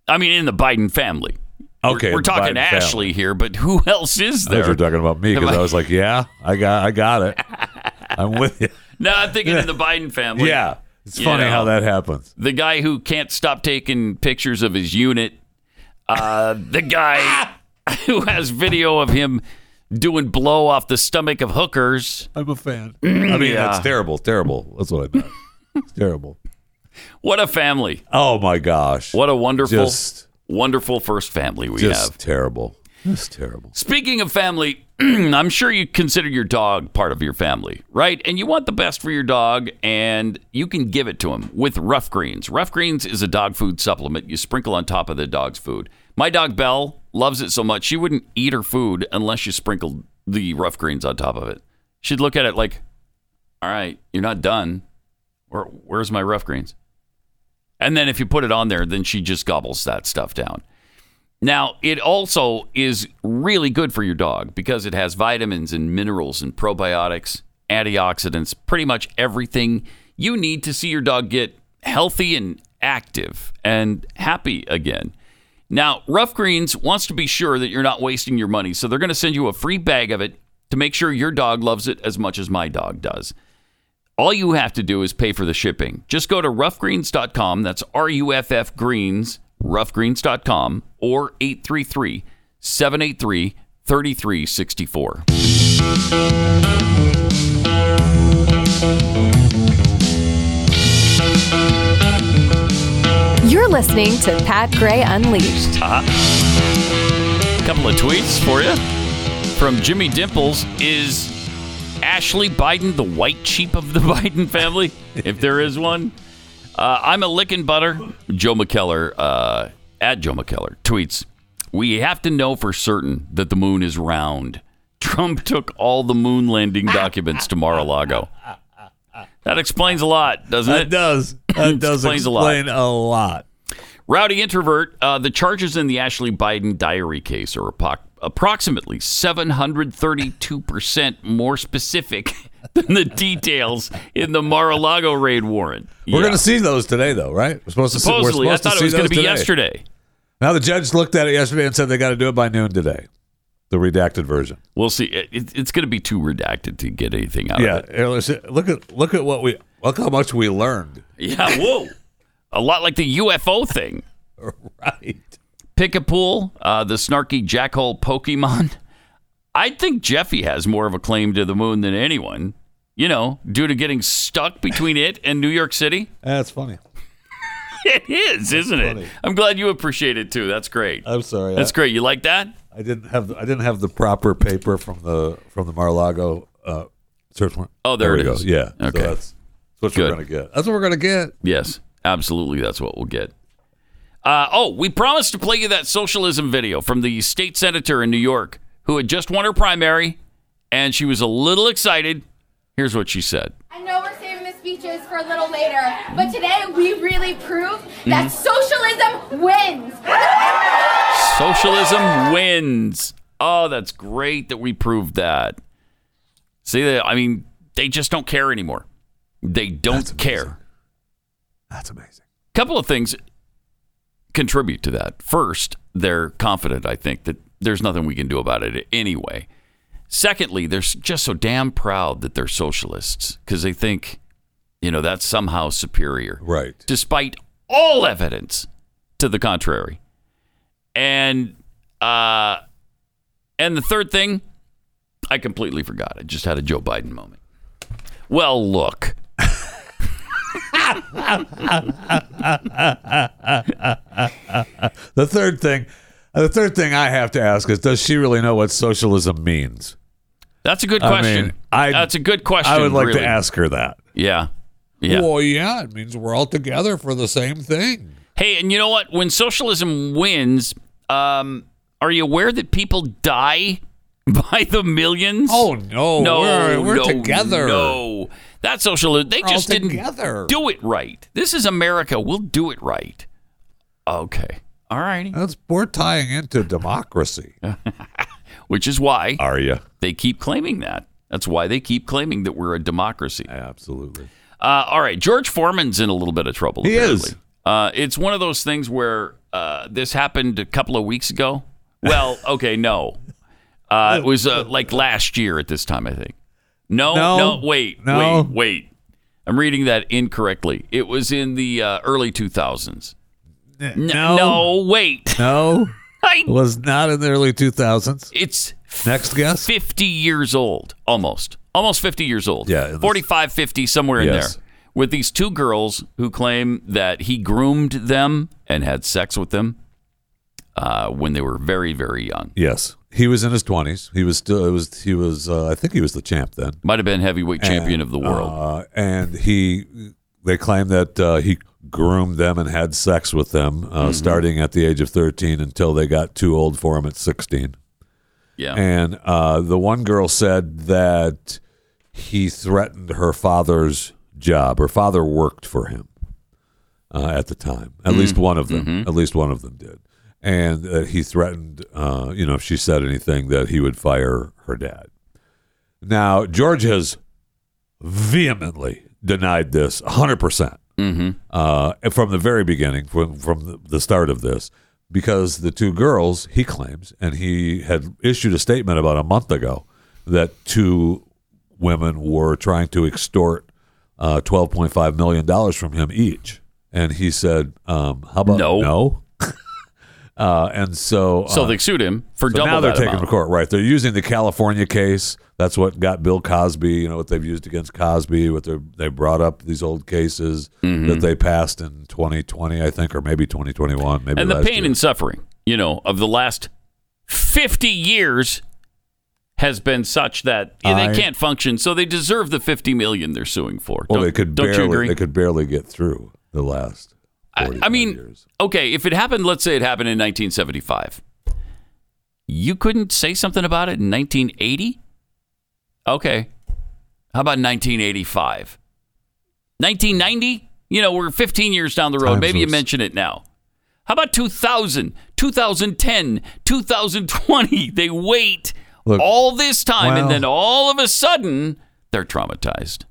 B: I mean, in the Biden family. We're-
C: Okay,
B: We're,
C: the
B: talking
C: Biden
B: Ashley
C: family.
B: here, but who else is
C: Those
B: there?
C: were talking about me because I was like, yeah, I got, I got it. I'm with you.
B: No, I'm thinking in the Biden family.
C: Yeah. It's funny how that happens.
B: The guy who can't stop taking pictures of his unit. Uh, the guy who has video of him doing blow off the stomach of hookers.
N: I'm a fan.
C: I mean,
B: Yeah.
C: that's terrible. Terrible. That's what I meant. it's terrible.
B: What a family.
C: Oh my gosh.
B: What a wonderful,
C: Just-
B: wonderful first family we
C: Just
B: have.
C: terrible. Just terrible.
B: Speaking of family, I'm sure you consider your dog part of your family, right? And you want the best for your dog, and you can give it to him with Rough Greens. Rough Greens is a dog food supplement you sprinkle on top of the dog's food. My dog Belle loves it so much she wouldn't eat her food unless you sprinkled the Rough Greens on top of it. She'd look at it like, "All right, you're not done. Where, where's my Rough Greens?" And then if you put it on there, then she just gobbles that stuff down. Now, it also is really good for your dog because it has vitamins and minerals and probiotics, antioxidants, pretty much everything you need to see your dog get healthy and active and happy again. Now, Rough Greens wants to be sure that you're not wasting your money, so they're going to send you a free bag of it to make sure your dog loves it as much as my dog does. All you have to do is pay for the shipping. Just go to roughgreens.com. That's R U F F Greens, roughgreens.com, or 833 783 3364.
O: You're listening to Pat Gray Unleashed.
B: Uh-huh. Couple of tweets for you from Jimmy Dimples is Ashley Biden the white sheep of the Biden family, if there is one. Uh, I'm a lickin' butter. Joe McKellar uh, at Joe McKellar tweets: We have to know for certain that the moon is round. Trump took all the moon landing documents to Mar-a-Lago. That explains a lot, doesn't it?
N: That does. That does explain a lot.
B: Rowdy introvert. Uh, the charges in the Ashley Biden diary case are appro- approximately 732 percent more specific than the details in the Mar-a-Lago raid warrant.
C: We're going to see those today, though, right? We're supposed to see, we're
B: Supposedly, I
C: supposed
B: thought it
C: to see
B: was going
C: those
B: to be
C: today.
B: yesterday.
C: Now the judge looked at it yesterday and said they got to do it by noon today, the redacted version.
B: We'll see. It, it- it's going to be too redacted to get anything out
C: Yeah,
B: of it.
C: it was- look at look at what we look how much we learned.
B: Yeah. Whoa. a lot like the UFO thing.
C: right.
B: Pick a pool. Uh, the snarky jackhole Pokemon. I think Jeffy has more of a claim to the moon than anyone. You know, due to getting stuck between it and New York City.
C: That's funny.
B: It is, isn't it? I'm glad you appreciate it too. That's great.
C: I'm sorry.
B: That's
C: I-
B: great. You like that?
C: I didn't have I didn't have the proper paper from the from the Mar-a-Lago uh, search warrant.
B: Oh, there,
C: we
B: it
C: go.
B: is.
C: Yeah. so
B: Okay.
C: that's, that's what
B: Good.
C: we're gonna get. That's what we're gonna get.
B: Yes, absolutely. That's what we'll get. Uh, oh, we promised to play you that socialism video from the state senator in New York who had just won her primary, and she was a little excited. Here's what she said.
P: I know we're saving the speeches for a little later, but today we really proved that
B: Mhm.
P: socialism wins.
B: Socialism wins. Oh, that's great that we proved that. See, they- I mean, they just don't care anymore. They don't care. That's amazing. Couple of things contribute to that. First, they're confident, I think, that there's nothing we can do about it anyway. Secondly, they're s- just so damn proud that they're socialists because they think, you know, that's somehow superior.
C: Right.
B: Despite all evidence to the contrary and uh, and the third thing, I completely forgot. I just had a Joe Biden moment. Well, look.
C: the third thing, uh, the third thing I have to ask is, does she really know what socialism means?
B: That's a good
C: I
B: question.
C: mean, I-
B: That's a good question.
C: I would like
B: really.
C: to ask her that.
B: Yeah. Yeah.
C: Well, yeah, it means we're all together for the same thing.
B: Hey, and you know what? When socialism wins, um, are you aware that people die by the millions? Oh
C: no,
B: no,
C: we're- we're
B: no,
C: together.
B: No, that socialism. They
C: We're all
B: just didn't
C: together.
B: do it right. This is America. We'll do it right. Okay, all righty.
C: That's we're tying into democracy.
B: Which is why
C: are you?
B: They keep claiming that. That's why they keep claiming that we're a democracy.
C: Absolutely.
B: Uh, all right, George Foreman's in a little bit of trouble.
C: He
B: apparently.
C: is.
B: Uh, it's one of those things where uh, this happened a couple of weeks ago. Well, okay, no, uh, it was uh, like last year at this time, I think. No,
C: No.
B: wait,
C: No.
B: wait, wait. I'm reading that incorrectly. It was in the uh, early 2000s. N-
N: no.
B: no, wait.
N: No, it was not in the early 2000s.
B: It's
N: next guess.
B: 50 years old, almost. Almost 50 years old.
N: Yeah, it was-
B: 45, 50, somewhere in
N: Yes.
B: there. With these two girls who claim that he groomed them and had sex with them uh, when they were very, very young.
N: Yes,
C: he was in his twenties. He was still. It was. He was. Uh, I think he was the champ then.
B: Might have been heavyweight champion of the world.
C: Uh, and he, they claim that uh, he groomed them and had sex with them, uh,
B: Mm-hmm.
N: Mhm.
C: starting at the age of thirteen until they got too old for him at sixteen.
B: Yeah.
C: And uh, the one girl said that he threatened her father's job. Her father worked for him uh, at the time. At
N: Mm.
C: least one of them. At least one of them did. And that he threatened, uh, you know, if she said anything, that he would fire her dad. Now, George has vehemently denied this 100%.
B: Mm-hmm.
C: Uh, and from the very beginning, from, from the- the start of this, because the two girls, he claims, and he had issued a statement about a month ago that two women were trying to extort uh, $12.5 million from him each. And he said, um, how about
B: No.
C: no? uh, and so.
B: So
C: uh,
B: they sued him for double
C: now they're
B: that
C: taking
B: amount.
C: him to court, right? They're using the California case. That's what got Bill Cosby. You know what they've used against Cosby. What they they brought up these old cases
B: Mhm.
C: that they passed in 2020, I think, or maybe 2021. Maybe
B: and the
C: last
B: pain
C: year.
B: and suffering, you know, of the last 50 years has been such that
C: I-
B: they can't function, so they deserve the 50 million they're suing for.
C: Well,
B: don't
C: they could
B: don't
C: barely
B: you agree?
C: they could barely get through the last.
B: I mean, okay, if it happened, let's say it happened in 1975. You couldn't say something about it in 1980? Okay. How about 1985? 1990? You know, we're 15 years down the road.
N: Times
B: Maybe you
N: was-
B: mention it now. How about 2000, 2010, 2020? They wait
N: Look,
B: all this time and
N: well-
B: then all of a sudden they're traumatized.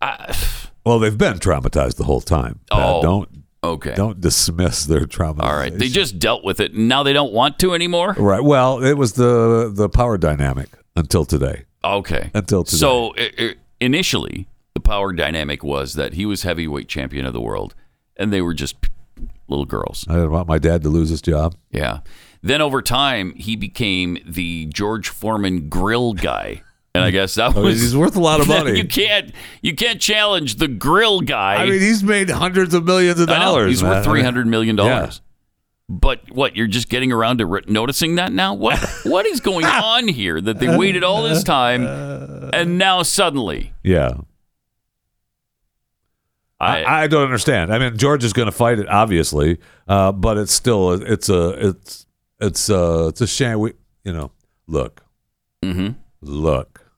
B: I,
C: Well, they've been traumatized the whole time. Pat.
B: Oh,
C: don't
B: okay.
C: Don't dismiss their trauma. All right,
B: they just dealt with it and now they don't want to anymore?
C: right. Well, it was the the power dynamic until today.
B: Okay.
C: Until today.
B: So i i initially, the power dynamic was that he was heavyweight champion of the world, and they were just p- little girls.
C: I didn't want my dad to lose his job.
B: Yeah. Then over time, he became the George Foreman grill guy, and I guess that
N: Oh,
B: was
N: he's worth a lot of money.
B: you can't you can't challenge the grill guy.
N: I mean, he's made hundreds of millions of
B: I know,
N: dollars.
B: He's worth
N: man.
B: three hundred million dollars. But what you're just getting around to re- noticing that now? What what is going on here? That they waited all this time, and now suddenly
C: Yeah.
B: I,
C: I, don't understand. I mean, George is going to fight it, obviously, uh, but it's still it's a it's it's a it's a shame. We you know look,
B: mm-hmm.
C: look,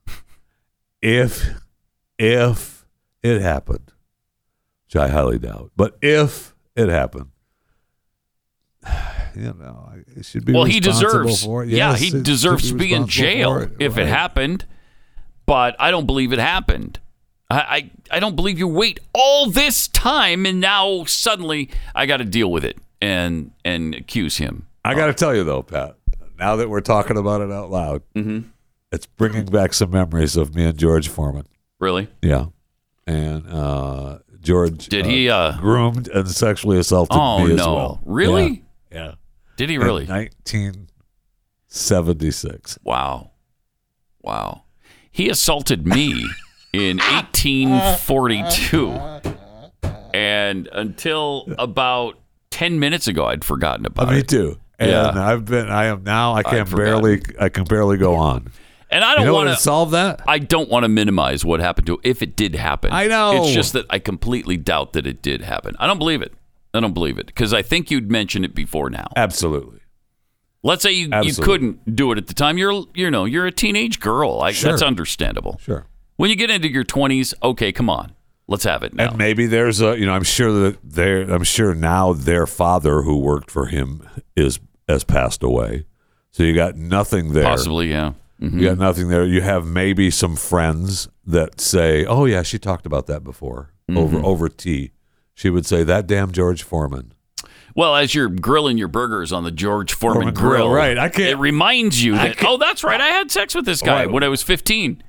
C: if if it happened, which I highly doubt, but if it happened, you know, it should be
B: well, he
C: responsible
B: deserves.
C: for it.
B: yeah,
C: Yes,
B: he
C: it should
B: deserves to be in
C: responsible
B: jail
C: for it,
B: if
C: right.
B: it happened. But I don't believe it happened. I, I I don't believe you wait all this time and now suddenly I got to deal with it and and accuse him.
C: I got to tell you though, Pat. Now that we're talking about it out loud,
B: Mm-hmm.
C: it's bringing back some memories of me and George Foreman.
B: Really?
C: Yeah, and uh, George
B: Did he, uh,
C: groomed and sexually assaulted
B: Oh
C: me as
B: no!
C: well?
B: Really?
C: Yeah. Yeah.
B: Did he really?
C: Nineteen seventy-six.
B: Wow, wow! He assaulted me in 1842, and until about 10 minutes ago, I'd forgotten about
C: Uh, me
B: it.
C: too. And
B: Yeah.
C: I've been. I am now. I can
B: I'd forgotten.
C: barely. I can barely go on.
B: And I don't
C: You know what
B: want
C: would solve that.
B: I don't want to minimize what happened to if it did happen.
N: I know.
B: It's just that I completely doubt that it did happen. I don't believe it. I don't believe it because I think you'd mentioned it before now.
C: Absolutely.
B: Let's say you, you
N: Absolutely.
B: couldn't do it at the time. You're you know you're a teenage girl. I,
N: Sure.
B: That's understandable.
C: Sure.
B: When you get into your twenties, okay, come on, let's have it now.
C: And maybe there's a. You know, I'm sure that there. I'm sure now their father, who worked for him, is has passed away. So you got nothing there.
B: Possibly, yeah. Mhm.
C: You got nothing there. You have maybe some friends that say, "Oh yeah, she talked about that before over
B: Mhm.
C: over tea." She would say, "That damn George Foreman."
B: Well, as you're grilling your burgers on the George Foreman,
C: Foreman grill, right. I can't-
B: It reminds you
C: I
B: that oh, that's right. I had sex with this guy
C: Right.
B: when I was 15.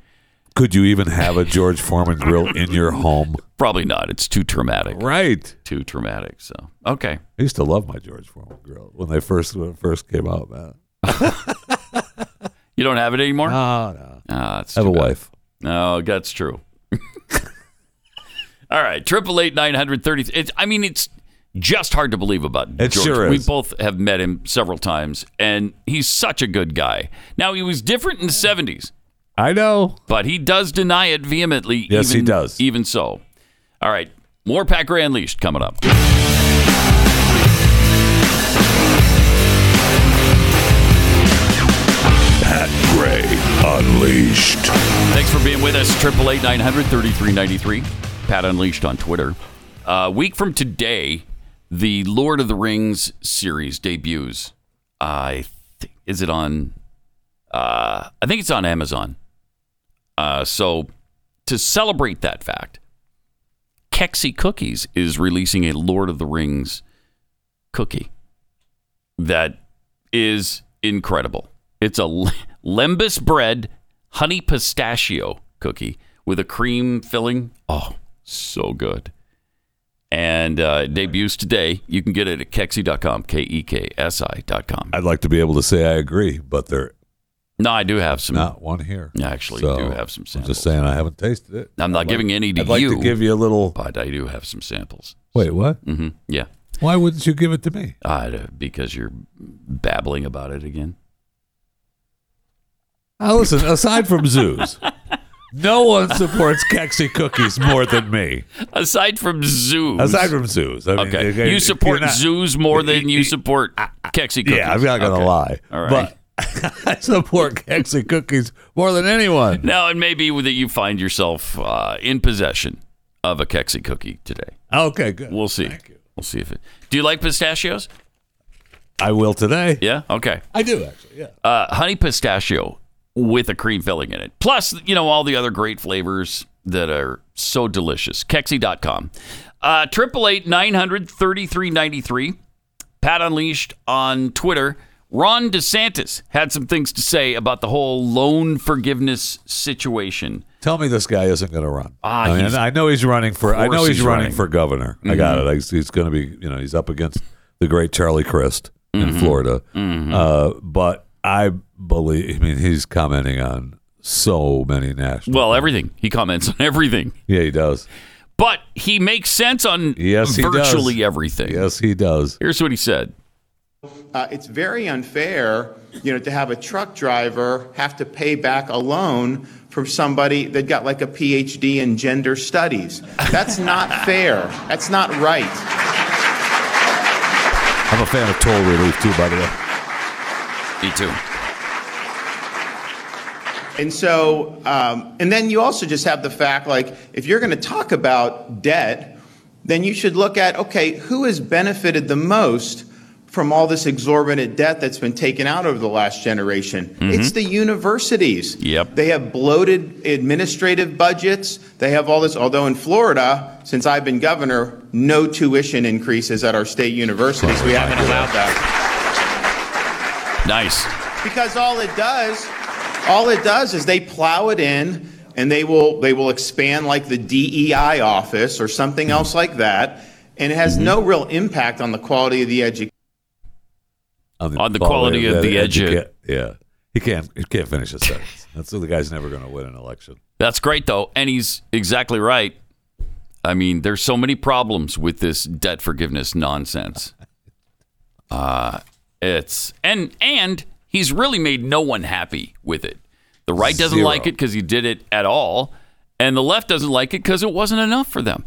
C: Could you even have a George Foreman grill in your home?
B: Probably not. It's too traumatic.
C: Right.
B: Too traumatic. So okay.
C: I used to love my George Foreman grill when they first when it first came out, man.
B: You don't have it anymore?
C: No, no.
B: Ah, it's
C: I have
B: too
C: a
B: bad.
C: wife.
B: No, that's true. All right, triple eight nine hundred thirty. It's I mean it's just hard to believe about.
C: It
B: George.
C: sure
B: We
C: is.
B: both have met him several times, and he's such a good guy. Now he was different in the seventies.
C: I know,
B: but he does deny it vehemently.
C: Yes, he
B: even,
C: does.
B: Even so, all right, more Pat Gray unleashed coming up.
C: Pat Gray Unleashed.
B: Thanks for being with us. Triple eight nine hundred thirty three ninety three. Pat Unleashed on Twitter. A week from today, the Lord of the Rings series debuts. I think is it on? Uh, I think it's on Amazon. Uh, so to celebrate that fact, Kexi Cookies is releasing a Lord of the Rings cookie that is incredible. It's a le- lembus bread honey pistachio cookie with a cream filling. Oh, so good. And uh, it debuts today. You can get it at keksi.com, K E K S I.com.
C: I'd like to be able to say I agree, but there
B: No, I do have some.
C: Not one here.
B: I actually
C: So,
B: do have some
C: I'm
B: samples.
C: just saying I haven't tasted it.
B: I'm not
C: I'd like-
B: giving any to
C: I'd like
B: you.
C: to give you a little.
B: But I do have some samples.
C: Wait, what?
B: hmm Yeah.
C: Why wouldn't you give it to me?
B: Uh, because you're babbling about it again.
C: Now Uh, listen, aside from zoos, no one supports Kexi cookies more than me.
B: Aside from zoos.
C: Aside from zoos, I mean,
B: okay.
C: again,
B: you
C: if
B: support
C: you're not-
B: zoos more than you support Kexi cookies.
C: Yeah, I'm not gonna
B: Okay.
C: lie,
B: All right.
C: but I support Kexi cookies more than anyone.
B: Now, it may be that you find yourself uh, in possession of a Kexi cookie today.
C: Okay, good.
B: We'll see. We'll see if it. Do you like pistachios?
C: I will today.
B: Yeah. Okay.
C: I do actually. Yeah.
B: Uh, honey pistachio with a cream filling in it. Plus, you know, all the other great flavors that are so delicious. Kexi.com. Uh, Triple eight nine hundred thirty three ninety three. Pat Unleashed on Twitter. Ron DeSantis had some things to say about the whole loan forgiveness situation.
C: Tell me this guy isn't going to run.
B: Ah,
C: I, mean,
B: he's-
C: I know he's running for. I
B: Of
C: know
B: course
C: he's,
B: he's
C: running,
B: running.
C: for governor. I got
B: Mhm.
C: it. I, he's going to be. You know, he's up against the great Charlie Crist
B: Mm-hmm.
C: in Florida. Uh, but I believe. I mean, he's commenting on so many national.
B: Well, everything. He comments on everything.
C: Yeah, he does.
B: But he makes sense on
C: Yes, he does.
B: virtually everything.
C: Yes, he does.
B: Here's what he said.
Q: Uh, it's very unfair, you know, to have a truck driver have to pay back a loan from somebody that got like a PhD in gender studies. That's not fair. That's not right.
C: I'm a fan of toll relief too. By the way,
B: me too.
Q: And so, um, and then you also just have the fact, like, if you're going to talk about debt, then you should look at, okay, who has benefited the most from all this exorbitant debt that's been taken out over the last generation?
R: Mhm.
Q: It's the universities.
R: Yep.
Q: They have bloated administrative budgets. They have all this, although in Florida, since I've been governor, no tuition increases at our state universities. We haven't allowed that.
B: Nice.
Q: Because all it does, all it does is they plow it in and they will they will expand like the DEI office or something else like that, and it has no real impact on the quality of the education.
C: on the,
B: On the quality of the edu-
C: yeah, he can't. He can't finish a sentence. That's the guy's never going to win an election.
B: That's great, though. And he's exactly right. I mean, there's so many problems with this debt forgiveness nonsense. Uh, it's and and he's really made no one happy with it. The right doesn't
C: Zero.
B: like it because he did it at all, and the left doesn't like it because it wasn't enough for them.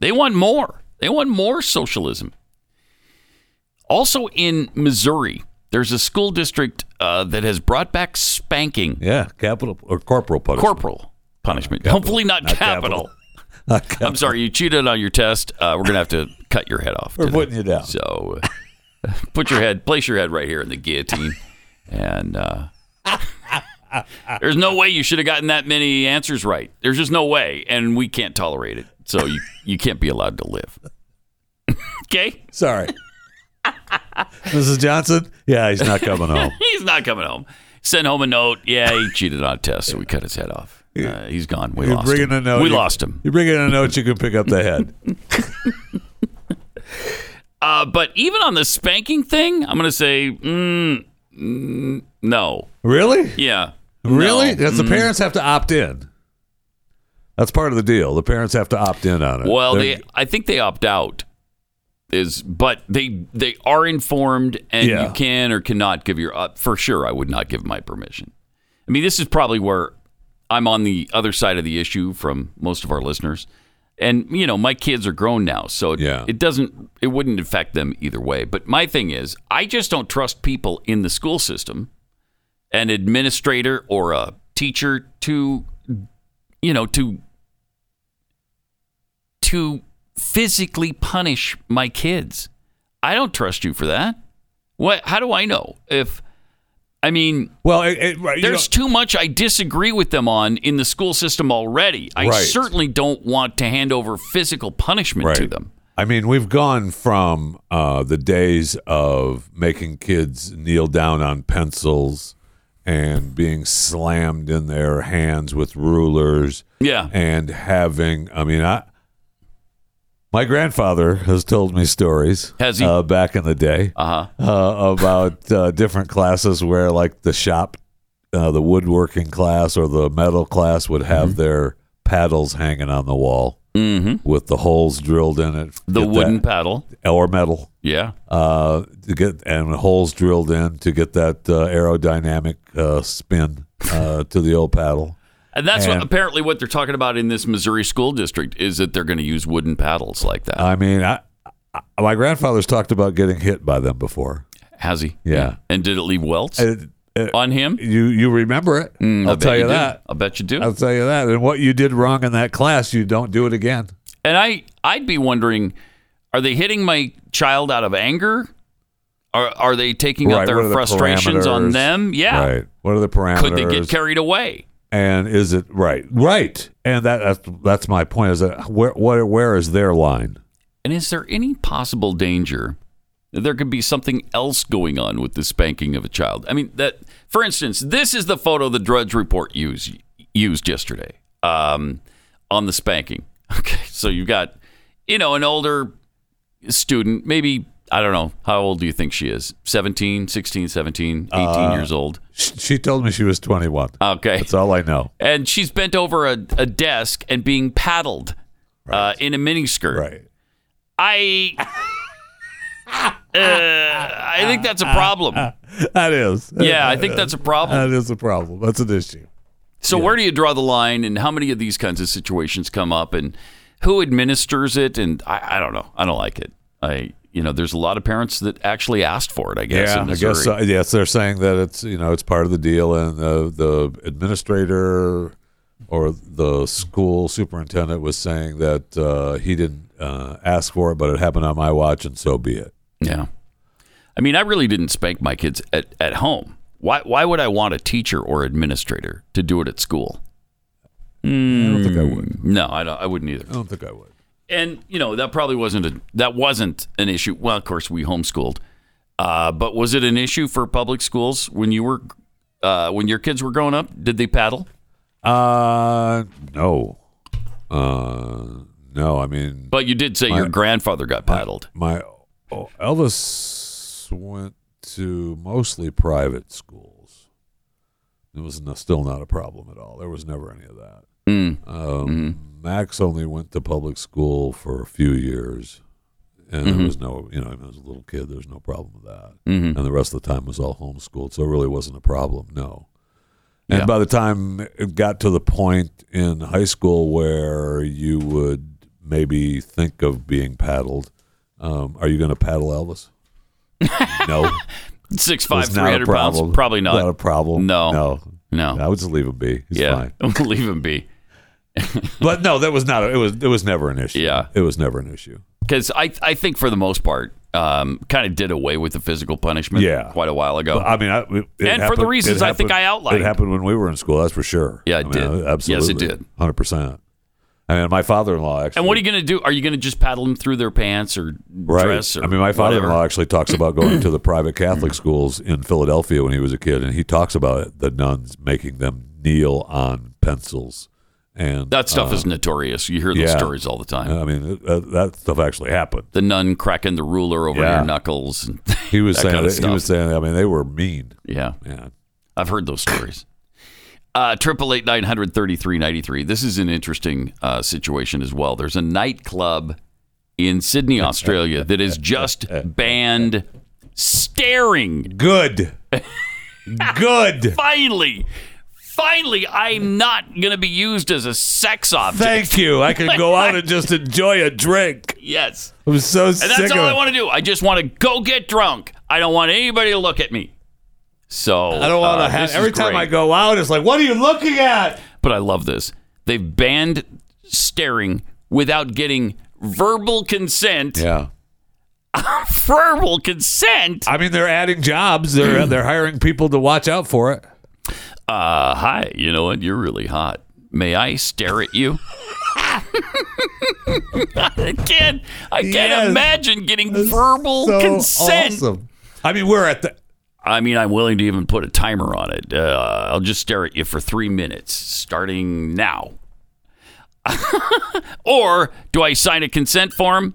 B: They want more. They want more socialism. Also in Missouri, there's a school district uh, that has brought back spanking.
C: Yeah, capital or corporal punishment.
B: Corporal punishment. Hopefully not, capital.
C: I'm
B: sorry, you cheated on your test. Uh, we're gonna have to cut your head off.
C: We're
B: today.
C: putting you down.
B: So, uh, put your head, place your head right here in the guillotine, and uh, there's no way you should have gotten that many answers right. There's just no way, and we can't tolerate it. So you you can't be allowed to live. okay.
C: Sorry. Mrs. Johnson? Yeah, he's not coming home.
B: He's not coming home. Send home a note. Yeah, he cheated on a test, so we cut his head off. Uh, he's gone. We
C: You
B: lost
C: bring
B: him.
C: in a note,
B: we
C: you-
B: lost him.
C: You bring in a note, you can pick up the head.
B: Uh, but even on the spanking thing, I'm going to say mm, mm, no.
C: Really?
B: Yeah.
C: Really?
B: No.
C: Because the
B: Mm.
C: parents have to opt in. That's part of the deal. The parents have to opt in on it.
B: Mm. Well,
C: They're-
B: they I think they opt out. Is but they they are informed and
C: Yeah.
B: you can or cannot give your uh, for sure I would not give my permission. I mean this is probably where I'm on the other side of the issue from most of our listeners. And you know, my kids are grown now, so it, it doesn't it wouldn't affect them either way. But my thing is, I just don't trust people in the school system, an administrator or a teacher to you know, to to physically punish my kids. I don't trust you for that. What? How do I know if? I mean,
C: well, you
B: there's
C: don't-
B: too much I disagree with them on in the school system already. I
C: Right.
B: certainly don't want to hand over physical punishment to them.
C: I mean, we've gone from uh, the days of making kids kneel down on pencils and being slammed in their hands with rulers.
B: Yeah.
C: And having, I mean, I. My grandfather has told me stories.
B: Has he?
C: Uh, back in the day
B: uh-huh.
C: about uh, different classes where, like, the shop, uh, the woodworking class or the metal class would have
B: Mm-hmm.
C: their paddles hanging on the wall with the holes drilled in it.
B: The
C: Get
B: wooden paddle.
C: or metal.
B: Yeah.
C: Uh, to get and holes drilled in to get that uh, aerodynamic uh, spin uh, to the old paddle.
B: And that's
C: And-
B: what apparently what they're talking about in this Missouri school district is that they're going to use wooden paddles like that.
C: I mean, I, I, my grandfather's talked about getting hit by them before.
B: Has he? Mm.
C: Yeah.
B: And did it leave welts
C: It- it-
B: on him?
C: You you remember it?
B: Mm, I
C: I'll
B: bet
C: tell you
B: did.
C: that.
B: I bet you do.
C: I'll tell you that. And what you did wrong in that class, you don't do it again.
B: And I, I'd be wondering, are they hitting my child out of anger? Are, are they taking out
C: what
B: their
C: are the
B: frustrations on
C: parameters?
B: them? Yeah.
C: Right. What are the parameters?
B: Could they get carried away?
C: and is it right? Right. And that that's, that's my point. Is that where where where is their line?
B: And is there any possible danger that there could be something else going on with the spanking of a child? I mean, that for instance, this is the photo the Drudge Report used used yesterday um, on the spanking. Okay, so you've got you know an older student, maybe I don't know how old do you think she is? 17, 16, 17, 18
C: Uh,
B: years old.
C: Sh- She told me she was twenty one.
B: Okay.
C: That's all I know.
B: and she's bent over a, a desk and being paddled uh, in a miniskirt.
C: Right.
B: I. Uh, I think that's a problem.
C: That is.
B: Yeah, I think that's a problem.
C: That is a problem. That's an issue.
B: So where do you draw the line, and how many of these kinds of situations come up, and who administers it? And I, I don't know. I don't like it. I, you know, there's a lot of parents that actually asked for it. I guess.
C: yeah,
B: in
C: I guess uh,
B: Missouri.
C: yes, they're saying that it's you know it's part of the deal, and the the administrator or the school superintendent was saying that uh, he didn't uh, ask for it, but it happened on my watch, and so be it.
B: Yeah. I mean, I really didn't spank my kids at, at home. Why, why would I want a teacher or administrator to do it at school? I don't think I would. No, I, don't, I wouldn't either.
C: I don't think I would.
B: And you know that probably wasn't a that wasn't an issue. Well, of course we homeschooled, uh, but was it an issue for public schools when you were uh, when your kids were growing up? Did they paddle?
C: Uh, no, uh, no. I mean,
B: But you did say your
C: My-
B: grandfather got paddled.
C: my oh, Elvis went to mostly private schools. It was no, still not a problem at all. There was never any of that.
B: Mm.
C: Um, Max only went to public school for a few years, and
B: Mhm.
C: there was no, you know, when I was a little kid. There was no problem with that,
B: Mhm.
C: and the rest of the time was all homeschooled, so it really wasn't a problem. No. And
B: Yeah.
C: by the time it got to the point in high school where you would maybe think of being paddled, um, are you going to paddle Elvis? no.
B: Six
C: It was
B: five
C: not
B: three
C: a
B: hundred pounds.
C: problem.
B: Probably not.
C: Not a problem.
B: No.
C: No.
B: No.
C: I would just leave him be. He's
B: yeah,
C: fine.
B: leave him be.
C: But no, that was not. A, it was. It was never an issue. Yeah. It was never an issue.
B: Because I, I think for the most part, um, kind of did away with the physical punishment
C: Yeah.
B: quite a while ago.
C: But, I mean, I, it- it
B: and for
C: happened-
B: the reasons
C: it
B: I think
C: happened-
B: I outlined.
C: It happened when we were in school. That's for sure. Yeah, it
B: did. Yes, it
C: absolutely.
B: did.
C: Hundred percent. I mean, my father-in-law actually.
B: And what are you going to do? Are you going to just paddle them through their pants or
C: Right.
B: dress? Or
C: I mean, my father-in-law
B: whatever?
C: actually talks about going to the private Catholic schools in Philadelphia when he was a kid, and he talks about the nuns making them kneel on pencils. And
B: That stuff
C: uh,
B: is notorious. You hear those
C: yeah.
B: stories all the time.
C: I mean, uh, that stuff actually happened.
B: The nun cracking the ruler over
C: Yeah.
B: your knuckles. And
C: He was
B: that
C: saying
B: kind of
C: that-
B: stuff.
C: he was saying. I mean, they were mean.
B: Yeah. I've heard those stories. Uh, Triple eight nine hundred thirty three ninety three. This is an interesting uh, situation as well. There's a nightclub in Sydney, Australia, that has just banned staring.
C: Good. Good.
B: Finally. Finally, I'm not going to be used as a sex object.
C: Thank you. I could go out and just enjoy a drink.
B: Yes.
C: I'm so
B: And
C: sick
B: that's
C: of
B: all
C: it.
B: I want to do. I just want to go get drunk. I don't want anybody to look at me. So
C: I don't want to
B: uh,
C: have.
B: this is
C: Every time
B: great.
C: I go out, it's like, what are you looking at?
B: But I love this. They've banned staring without getting verbal consent.
C: Yeah.
B: verbal consent.
C: I mean, they're adding jobs. They're they're hiring people to watch out for it.
B: Uh, hi. You know what? You're really hot. May I stare at you? I can't. I can't
S: Yes.
B: imagine getting verbal
S: so
B: consent.
C: awesome. I mean, we're at the.
B: I mean, I'm willing to even put a timer on it. Uh, I'll just stare at you for three minutes, starting now. or do I sign a consent form?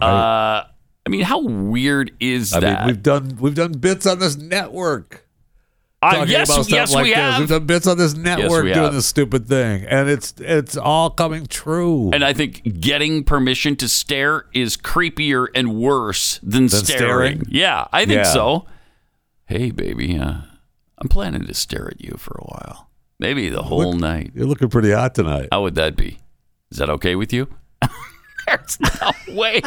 B: Uh, I mean, how weird is
C: I
B: that?
C: mean, we've done we've done bits on this network.
B: Uh,
C: talking
B: yes,
C: about stuff
B: yes,
C: like
B: we
C: this.
B: have.
C: We've done bits on this network
B: we
C: doing
B: have.
C: this stupid thing, and it's it's all coming true.
B: and I think getting permission to stare is creepier and worse than,
C: Than staring?
B: Yeah, I think
C: Yeah.
B: so. Hey, baby, uh, I'm planning to stare at you for a while, maybe the whole night.
C: You're looking pretty hot tonight.
B: How would that be? Is that okay with you? There's no way.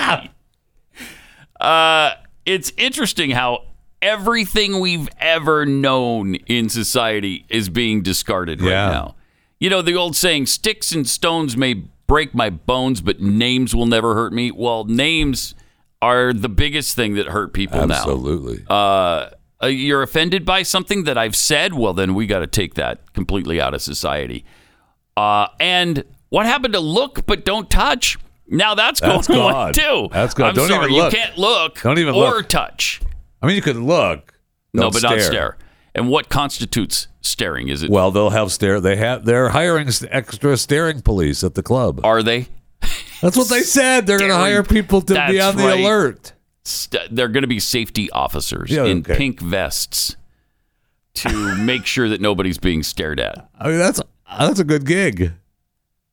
B: Uh, it's interesting how everything we've ever known in society is being discarded right now. You know, the old saying, sticks and stones may break my bones, but names will never hurt me. Well, names are the biggest thing that hurt people
C: Absolutely.
B: now. Uh, uh, you're offended by something that I've said? Well, then we got to take that completely out of society. Uh, and what happened to look but don't touch? Now that's going
C: That's
B: on
C: gone.
B: too.
C: That's gone.
B: I'm
C: Don't
B: sorry,
C: even look.
B: you can't look.
C: Don't even
B: or
C: look.
B: touch.
C: I mean, you could look.
B: no,
C: Don't
B: but not stare. And what constitutes staring? Is it
C: Well, they'll have stare. They have. They're hiring s- extra staring police at the club.
B: Are they?
C: That's what they said. They're going to
B: Staring.
C: hire people to be
B: That's
C: on the
B: right.
C: alert.
B: St- they're going to be safety officers
C: Yeah,
B: in
C: okay.
B: pink vests to make sure that nobody's being stared at.
C: I mean, that's that's a good gig.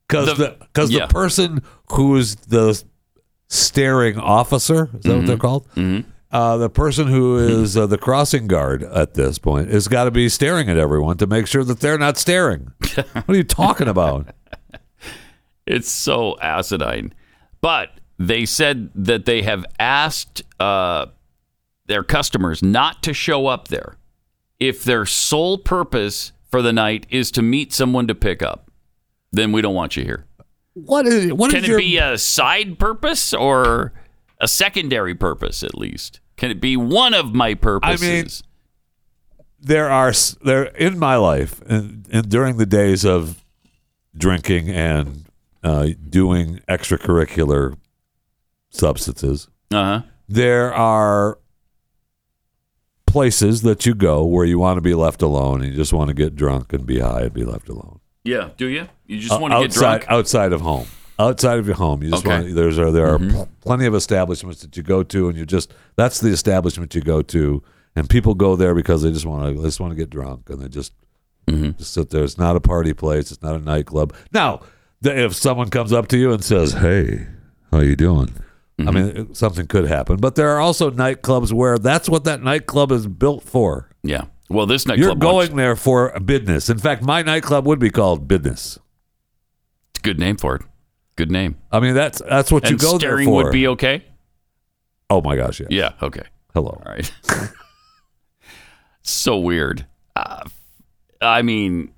C: Because
B: The-
C: the because the,
B: yeah.
C: person who's the staring officer is that what
B: Mm-hmm.
C: they're called? Uh, the person who is uh, the crossing guard at this point has got to be staring at everyone to make sure that they're not staring. what are you talking about?
B: It's so acidine. But they said that they have asked uh, their customers not to show up there if their sole purpose for the night is to meet someone to pick up. Then we don't want you here.
C: What is what
B: Can
C: is
B: it
C: your
B: be a side purpose or a secondary purpose at least? Can it be one of my purposes?
C: there are s- there in my life and, and during the days of drinking and uh, doing extracurricular substances
B: uh-huh.
C: there are places that you go where you want to be left alone and you just want to get drunk and be high and be left alone
B: yeah, do you? You just
C: O-
B: want to get
C: outside,
B: drunk?
C: outside of home outside of your home you just
B: Okay.
C: want there's are there
B: Mhm.
C: are pl- plenty of establishments that you go to and you just that's the establishment you go to and people go there because they just want to they just want to get drunk and they just
B: Mm-hmm.
C: just sit there it's not a party place it's not a nightclub now th- if someone comes up to you and says hey how you doing
B: Mm-hmm.
C: i mean it- something could happen but there are also nightclubs where that's what that nightclub is built for
B: Yeah. Well, this
C: you're
B: nightclub
C: going there for a business in fact my nightclub would be called business
B: It's a good name for it. Good name.
C: I mean, that's that's what you
B: And
C: go there
B: staring
C: for.
B: would be okay?
C: oh my gosh, yeah.
B: Yeah. Okay.
C: Hello.
B: All right. so weird. Uh, I mean,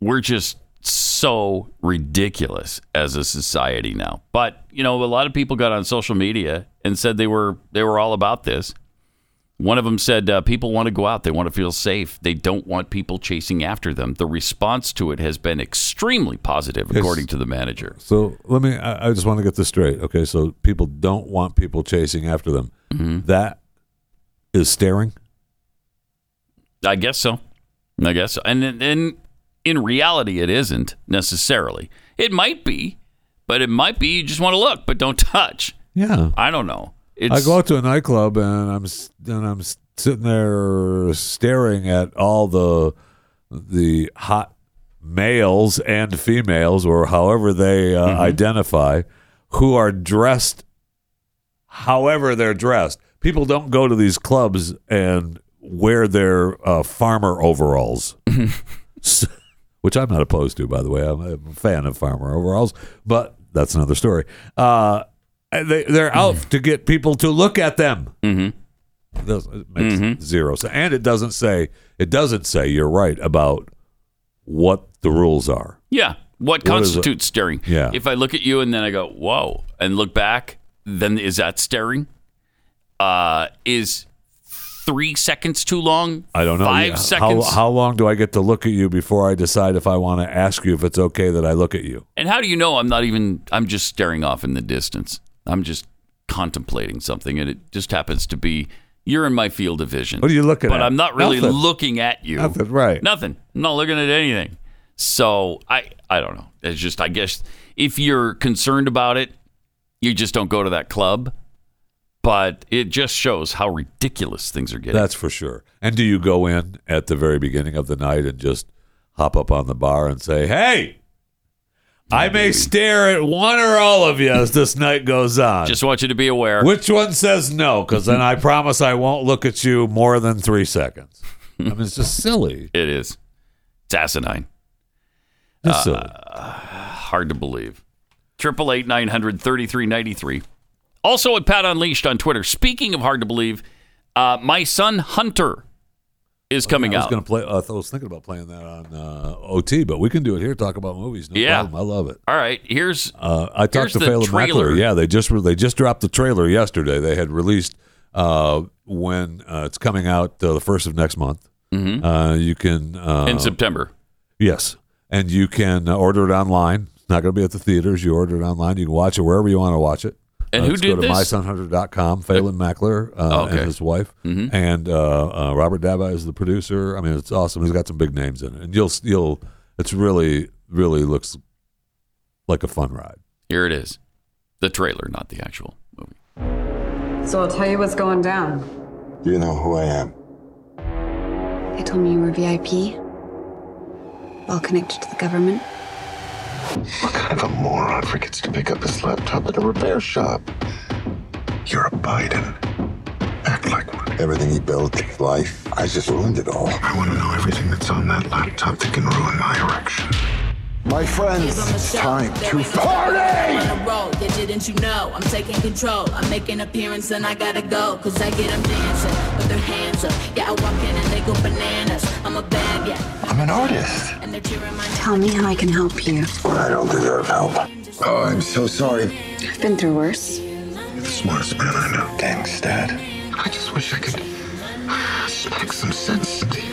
B: we're just so ridiculous as a society now. But you know, a lot of people got on social media and said they were they were all about this. One of them said uh, people want to go out. They want to feel safe. They don't want people chasing after them. The response to it has been extremely positive, according to the manager.
C: So let me. I, I just want to get this straight. Okay, so people don't want people chasing after them.
B: Mm-hmm.
C: That is staring.
B: I guess so. I guess so. And then- then in reality, it isn't necessarily. It might be, but it might be you just want to look, but don't touch.
C: Yeah.
B: I don't know.
C: I
B: It's
C: go out to a nightclub and I'm s- and I'm s- sitting there staring at all the the hot males and females or however they uh, identify who are dressed however they're dressed. People don't go to these clubs and wear their uh, farmer overalls. S- Which I'm not opposed to, by the way. I'm I'm a fan of farmer overalls, but that's another story. Uh, they, they're out to get people to look at them. Mm-hmm. It makes zero sense. And it doesn't say, it doesn't say, you're right, about what the rules are.
B: yeah. What
C: What is it?
B: constitutes staring?
C: Yeah.
B: If I look at you and then I go, whoa, and look back, then is that staring? Uh, is three seconds too long?
C: I don't know.
B: Five
C: Yeah.
B: seconds.
C: How, how long do I get to look at you before I decide if I want to ask you if it's okay that I look at you?
B: And how do you know I'm not even, I'm just staring off in the distance? I'm just contemplating something, and it just happens to be you're in my field of vision.
C: What are you looking
B: but
C: at?
B: But I'm not really
C: Nothing.
B: looking at you.
C: Nothing, right.
B: Nothing. I'm not looking at anything. So I, I don't know. It's just, I guess, if you're concerned about it, you just don't go to that club. But it just shows how ridiculous things are getting.
C: That's for sure. And do you go in at the very beginning of the night and just hop up on the bar and say, hey, I may stare at one or all of you as this night goes on.
B: Just want you to be aware.
C: Which one says no? Because then I promise I won't look at you more than three seconds. I mean, it's just silly.
B: It is. It's asinine. Uh,
C: It's silly.
B: Hard to believe. Triple eight nine hundred thirty three ninety three. Also at Pat Unleashed on Twitter. Speaking of hard to believe, uh, my son Hunter is coming
C: Oh, I was
B: out.
C: gonna play. I thought- I was thinking about playing that on uh, OT, but we can do it here. Talk about movies. No
B: Yeah.
C: problem. I love it.
B: All right, here's
C: Uh, I
B: Here's
C: talked to
B: the
C: Phelan
B: trailer.
C: Mackler. Yeah, they just re- they just dropped the trailer yesterday. They had released uh, when uh, it's coming out uh, the first of next month.
B: Mhm.
C: Uh, you can uh,
B: in September.
C: Yes, and you can uh, order it online. It's not going to be at the theaters. You order it online. You can watch it wherever you want to watch it.
B: And
C: Uh,
B: who
C: just
B: did
C: go to
B: this?
C: mysonhunter.com, Phelan Mackler uh,
B: Oh, okay.
C: and his wife, and uh, uh, Robert Daba is the producer. I mean, it's awesome. He's got some big names in it, and you'll you'll. It's really really looks like a fun ride.
B: Here it is. The trailer, not the actual movie.
A: So I'll tell you what's going down.
T: You know who I am.
A: They told me you were VIP, well connected to the government.
T: What kind of a moron forgets to pick up his laptop at a repair shop? You're a Biden. Act like one. Everything he built, his life, I just ruined it all. I want to know everything that's on that laptop that can ruin my erection. My friends, it's time to party!
U: on the road. Yeah, didn't you know? I'm taking control. I make an appearance and I gotta go. Cause I get them dancing with their hands up. Yeah, I walk in and they go bananas. I'm a bad, yeah.
T: I'm an artist.
U: And they're cheering my
A: Tell me how I can help you.
T: I don't deserve help. Oh, I'm so sorry.
A: I've been through worse.
T: You're the smartest man I know. Thanks, Dad. I just wish I could smack some sense into you.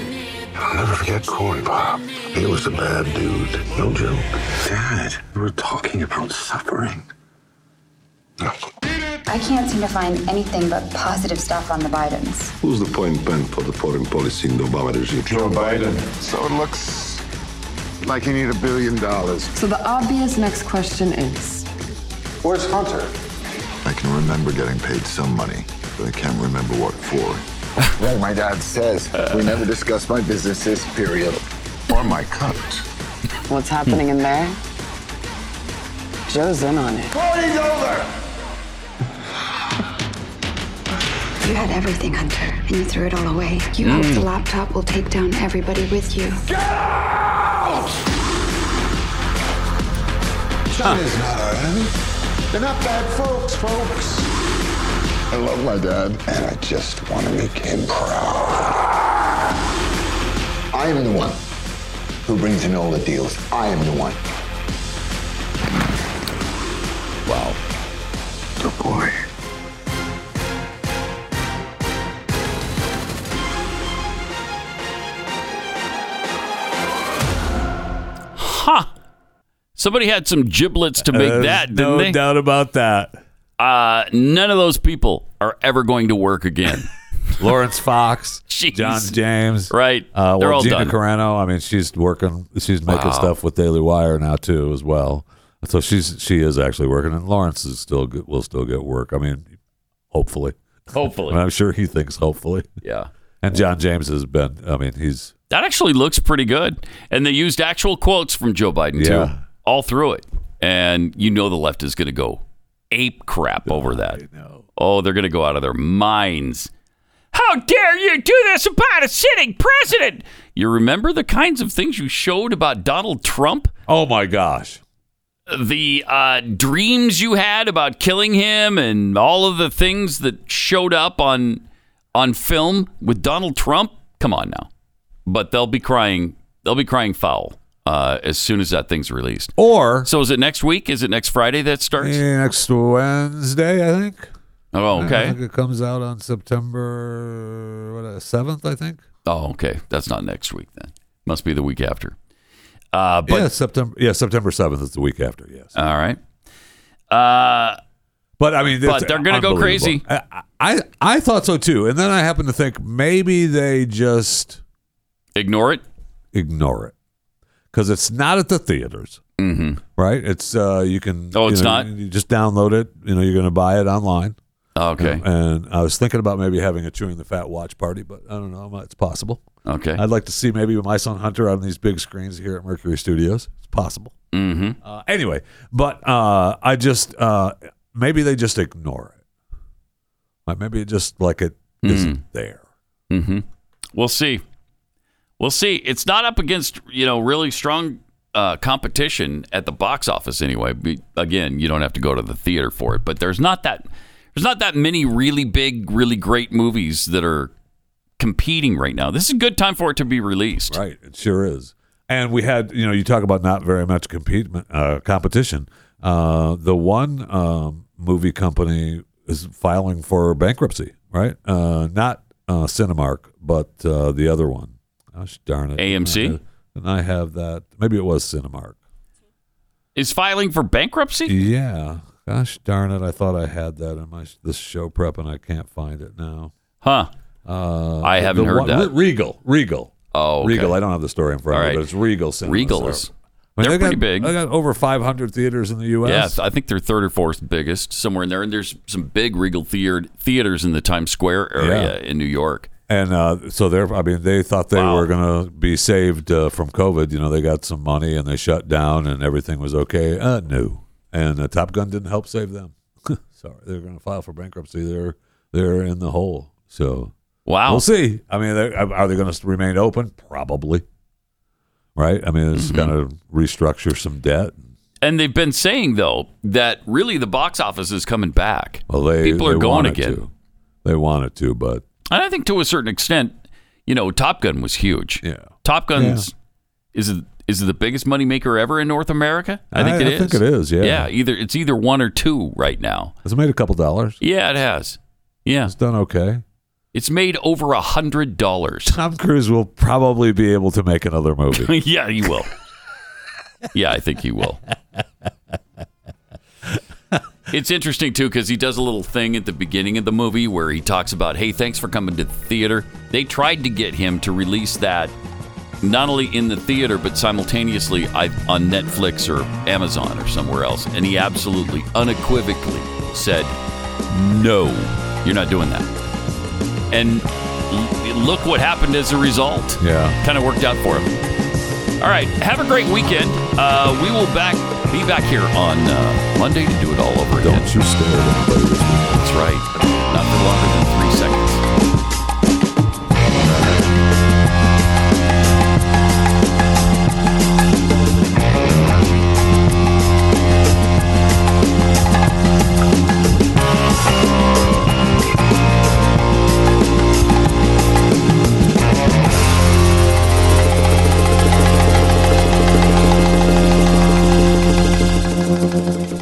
T: I'll never forget Corn Pop. He was a bad dude. No joke. Dad, we were talking about suffering.
A: I can't seem to find anything but positive stuff on the Bidens.
T: Who's the point man for the foreign policy in the Obama regime? Joe Biden. So it looks like you need a billion dollars.
A: So the obvious next question is
T: Where's Hunter? I can remember getting paid some money, but I can't remember what for. like my dad says, we never discuss my businesses, period. Or my cunt.
A: what's happening in there? Joe's in on it.
T: Party's over!
A: You had everything, Hunter, and you threw it all away. You hope
T: Mm.
A: the laptop will take down everybody with you.
T: China's not our enemy. They're not bad folks, folks. I love my dad, and I just want to make him proud. I am the one who brings in all the deals. I am the one. Wow. Good boy.
B: Huh. Somebody had some giblets to make
C: Uh,
B: that, didn't
C: no
B: they?
C: doubt about that.
B: Uh, none of those people are ever going to work again.
C: Lawrence Fox, John James,
B: right?
C: Uh,
B: They're
C: well,
B: all
C: Gina
B: done.
C: Carano. I mean, she's working. She's making
B: Wow.
C: stuff with Daily Wire now too, as well. So she's she is actually working, and Lawrence is still good, will still get work. I mean, hopefully,
B: Hopefully.
C: And I'm sure he thinks hopefully.
B: Yeah.
C: And John James has been. I mean, he's
B: That actually looks pretty good. And they used actual quotes from Joe Biden, too,
C: Yeah.
B: all through it. And you know the left is going to go ape crap over that. Oh, they're going to go out of their minds. How dare you do this about a sitting president? You remember the kinds of things you showed about Donald Trump?
C: Oh, my gosh.
B: The uh, dreams you had about killing him and all of the things that showed up on on film with Donald Trump. Come on now, but they'll be crying. They'll be crying foul uh, as soon as that thing's released.
C: Or
B: so is it next week? Is it next Friday that starts?
C: next Wednesday, I think.
B: Oh,
C: I
B: okay.
C: think it comes out on September what uh, seventh, I think.
B: Oh, okay. That's not next week then. Must be the week after. Uh, but
C: yeah, September. Yeah, September seventh is the week after. Yes.
B: all right. Uh,
C: But I mean,
B: but
C: it's
B: they're gonna go
C: unbelievable.
B: crazy.
C: I, I I thought so too, and then I happened to think maybe they just
B: ignore it,
C: ignore it, because it's not at the theaters,
B: mm-hmm.
C: right? It's uh, you can.
B: Oh,
C: you
B: it's
C: know,
B: not?
C: You just download it. You know, you're going to buy it online.
B: Okay.
C: And, and I was thinking about maybe having a chewing the fat watch party, but I don't know. It's possible.
B: Okay.
C: I'd like to see maybe my son Hunter on these big screens here at Mercury Studios. It's possible.
B: Mm-hmm.
C: Uh, anyway, but uh, I just uh, maybe they just ignore it. Like maybe it just like it not
B: Mm.
C: there.
B: Mm-hmm. We'll see. We'll see. It's not up against you know really strong uh, competition at the box office anyway. Be- Again, you don't have to go to the theater for it, but there's not that there's not that many really big, really great movies that are competing right now. This is a good time for it to be released.
C: Right. It sure is. And we had you know you talk about not very much compete uh, competition. Uh, the one um, movie company is filing for bankruptcy, right? Uh, not uh, Cinemark, but uh, the other one. Gosh darn it!
B: AMC?
C: And I have that. Maybe it was Cinemark.
B: Is filing for bankruptcy?
C: Yeah. Gosh darn it! I thought I had that in my this show prep, and I can't find it now.
B: Huh?
C: Uh,
B: I
C: the-
B: haven't
C: the
B: heard
C: one-
B: that.
C: Regal. Regal.
B: Oh, okay.
C: Regal. I don't have the story in front of
B: All
C: me,
B: right.
C: but it's Regal. Cinemas.
B: Regal
C: So-
B: is-
C: I mean,
B: they're
C: they got-
B: pretty big.
C: They got over 500 theaters in the U.S.
B: Yeah, I think they're third or fourth biggest somewhere in there. And there's some big Regal theater, theaters in the Times Square area in New York.
C: And uh, so they're, I mean, they thought they were going to be saved uh, from COVID. You know, they got some money and they shut down and everything was okay. Uh, no. And uh, Top Gun didn't help save them. Sorry. They're going to file for bankruptcy. They're, they're in the hole. So
B: Wow.
C: we'll see. I mean, they're- uh, are they going to remain open? Probably. Right. I mean,
B: Mm-hmm.
C: it's going to restructure some debt.
B: And they've been saying though that really the box office is coming back.
C: Well, they,
B: People are
C: they
B: going
C: want it
B: again.
C: to. They wanted to, but
B: And I think to a certain extent, you know, Top Gun was huge. Yeah. Top Gun's is it is it the biggest moneymaker ever in North America? I think
C: I-
B: it
C: I
B: is.
C: think it is, yeah.
B: Yeah, either it's either one or two right now.
C: it's made a couple dollars.
B: Yeah, it has. Yeah.
C: It's done okay.
B: It's made over a hundred dollars.
C: Tom Cruise will probably be able to make another movie.
B: yeah, he will. yeah, I think he will. It's interesting too because he does a little thing at the beginning of the movie where he talks about, "Hey, thanks for coming to the theater." They tried to get him to release that not only in the theater but simultaneously I- on Netflix or Amazon or somewhere else, and he absolutely unequivocally said, "No, you're not doing that." And l- look what happened as a result.
C: Yeah.
B: kind of worked out for him. All right, have a great weekend. Uh, we will back be back here on uh, Monday to do it all over again.
C: Don't you stare at anybody this week.
B: That's right. Not for longer than three seconds.
I: Thank you.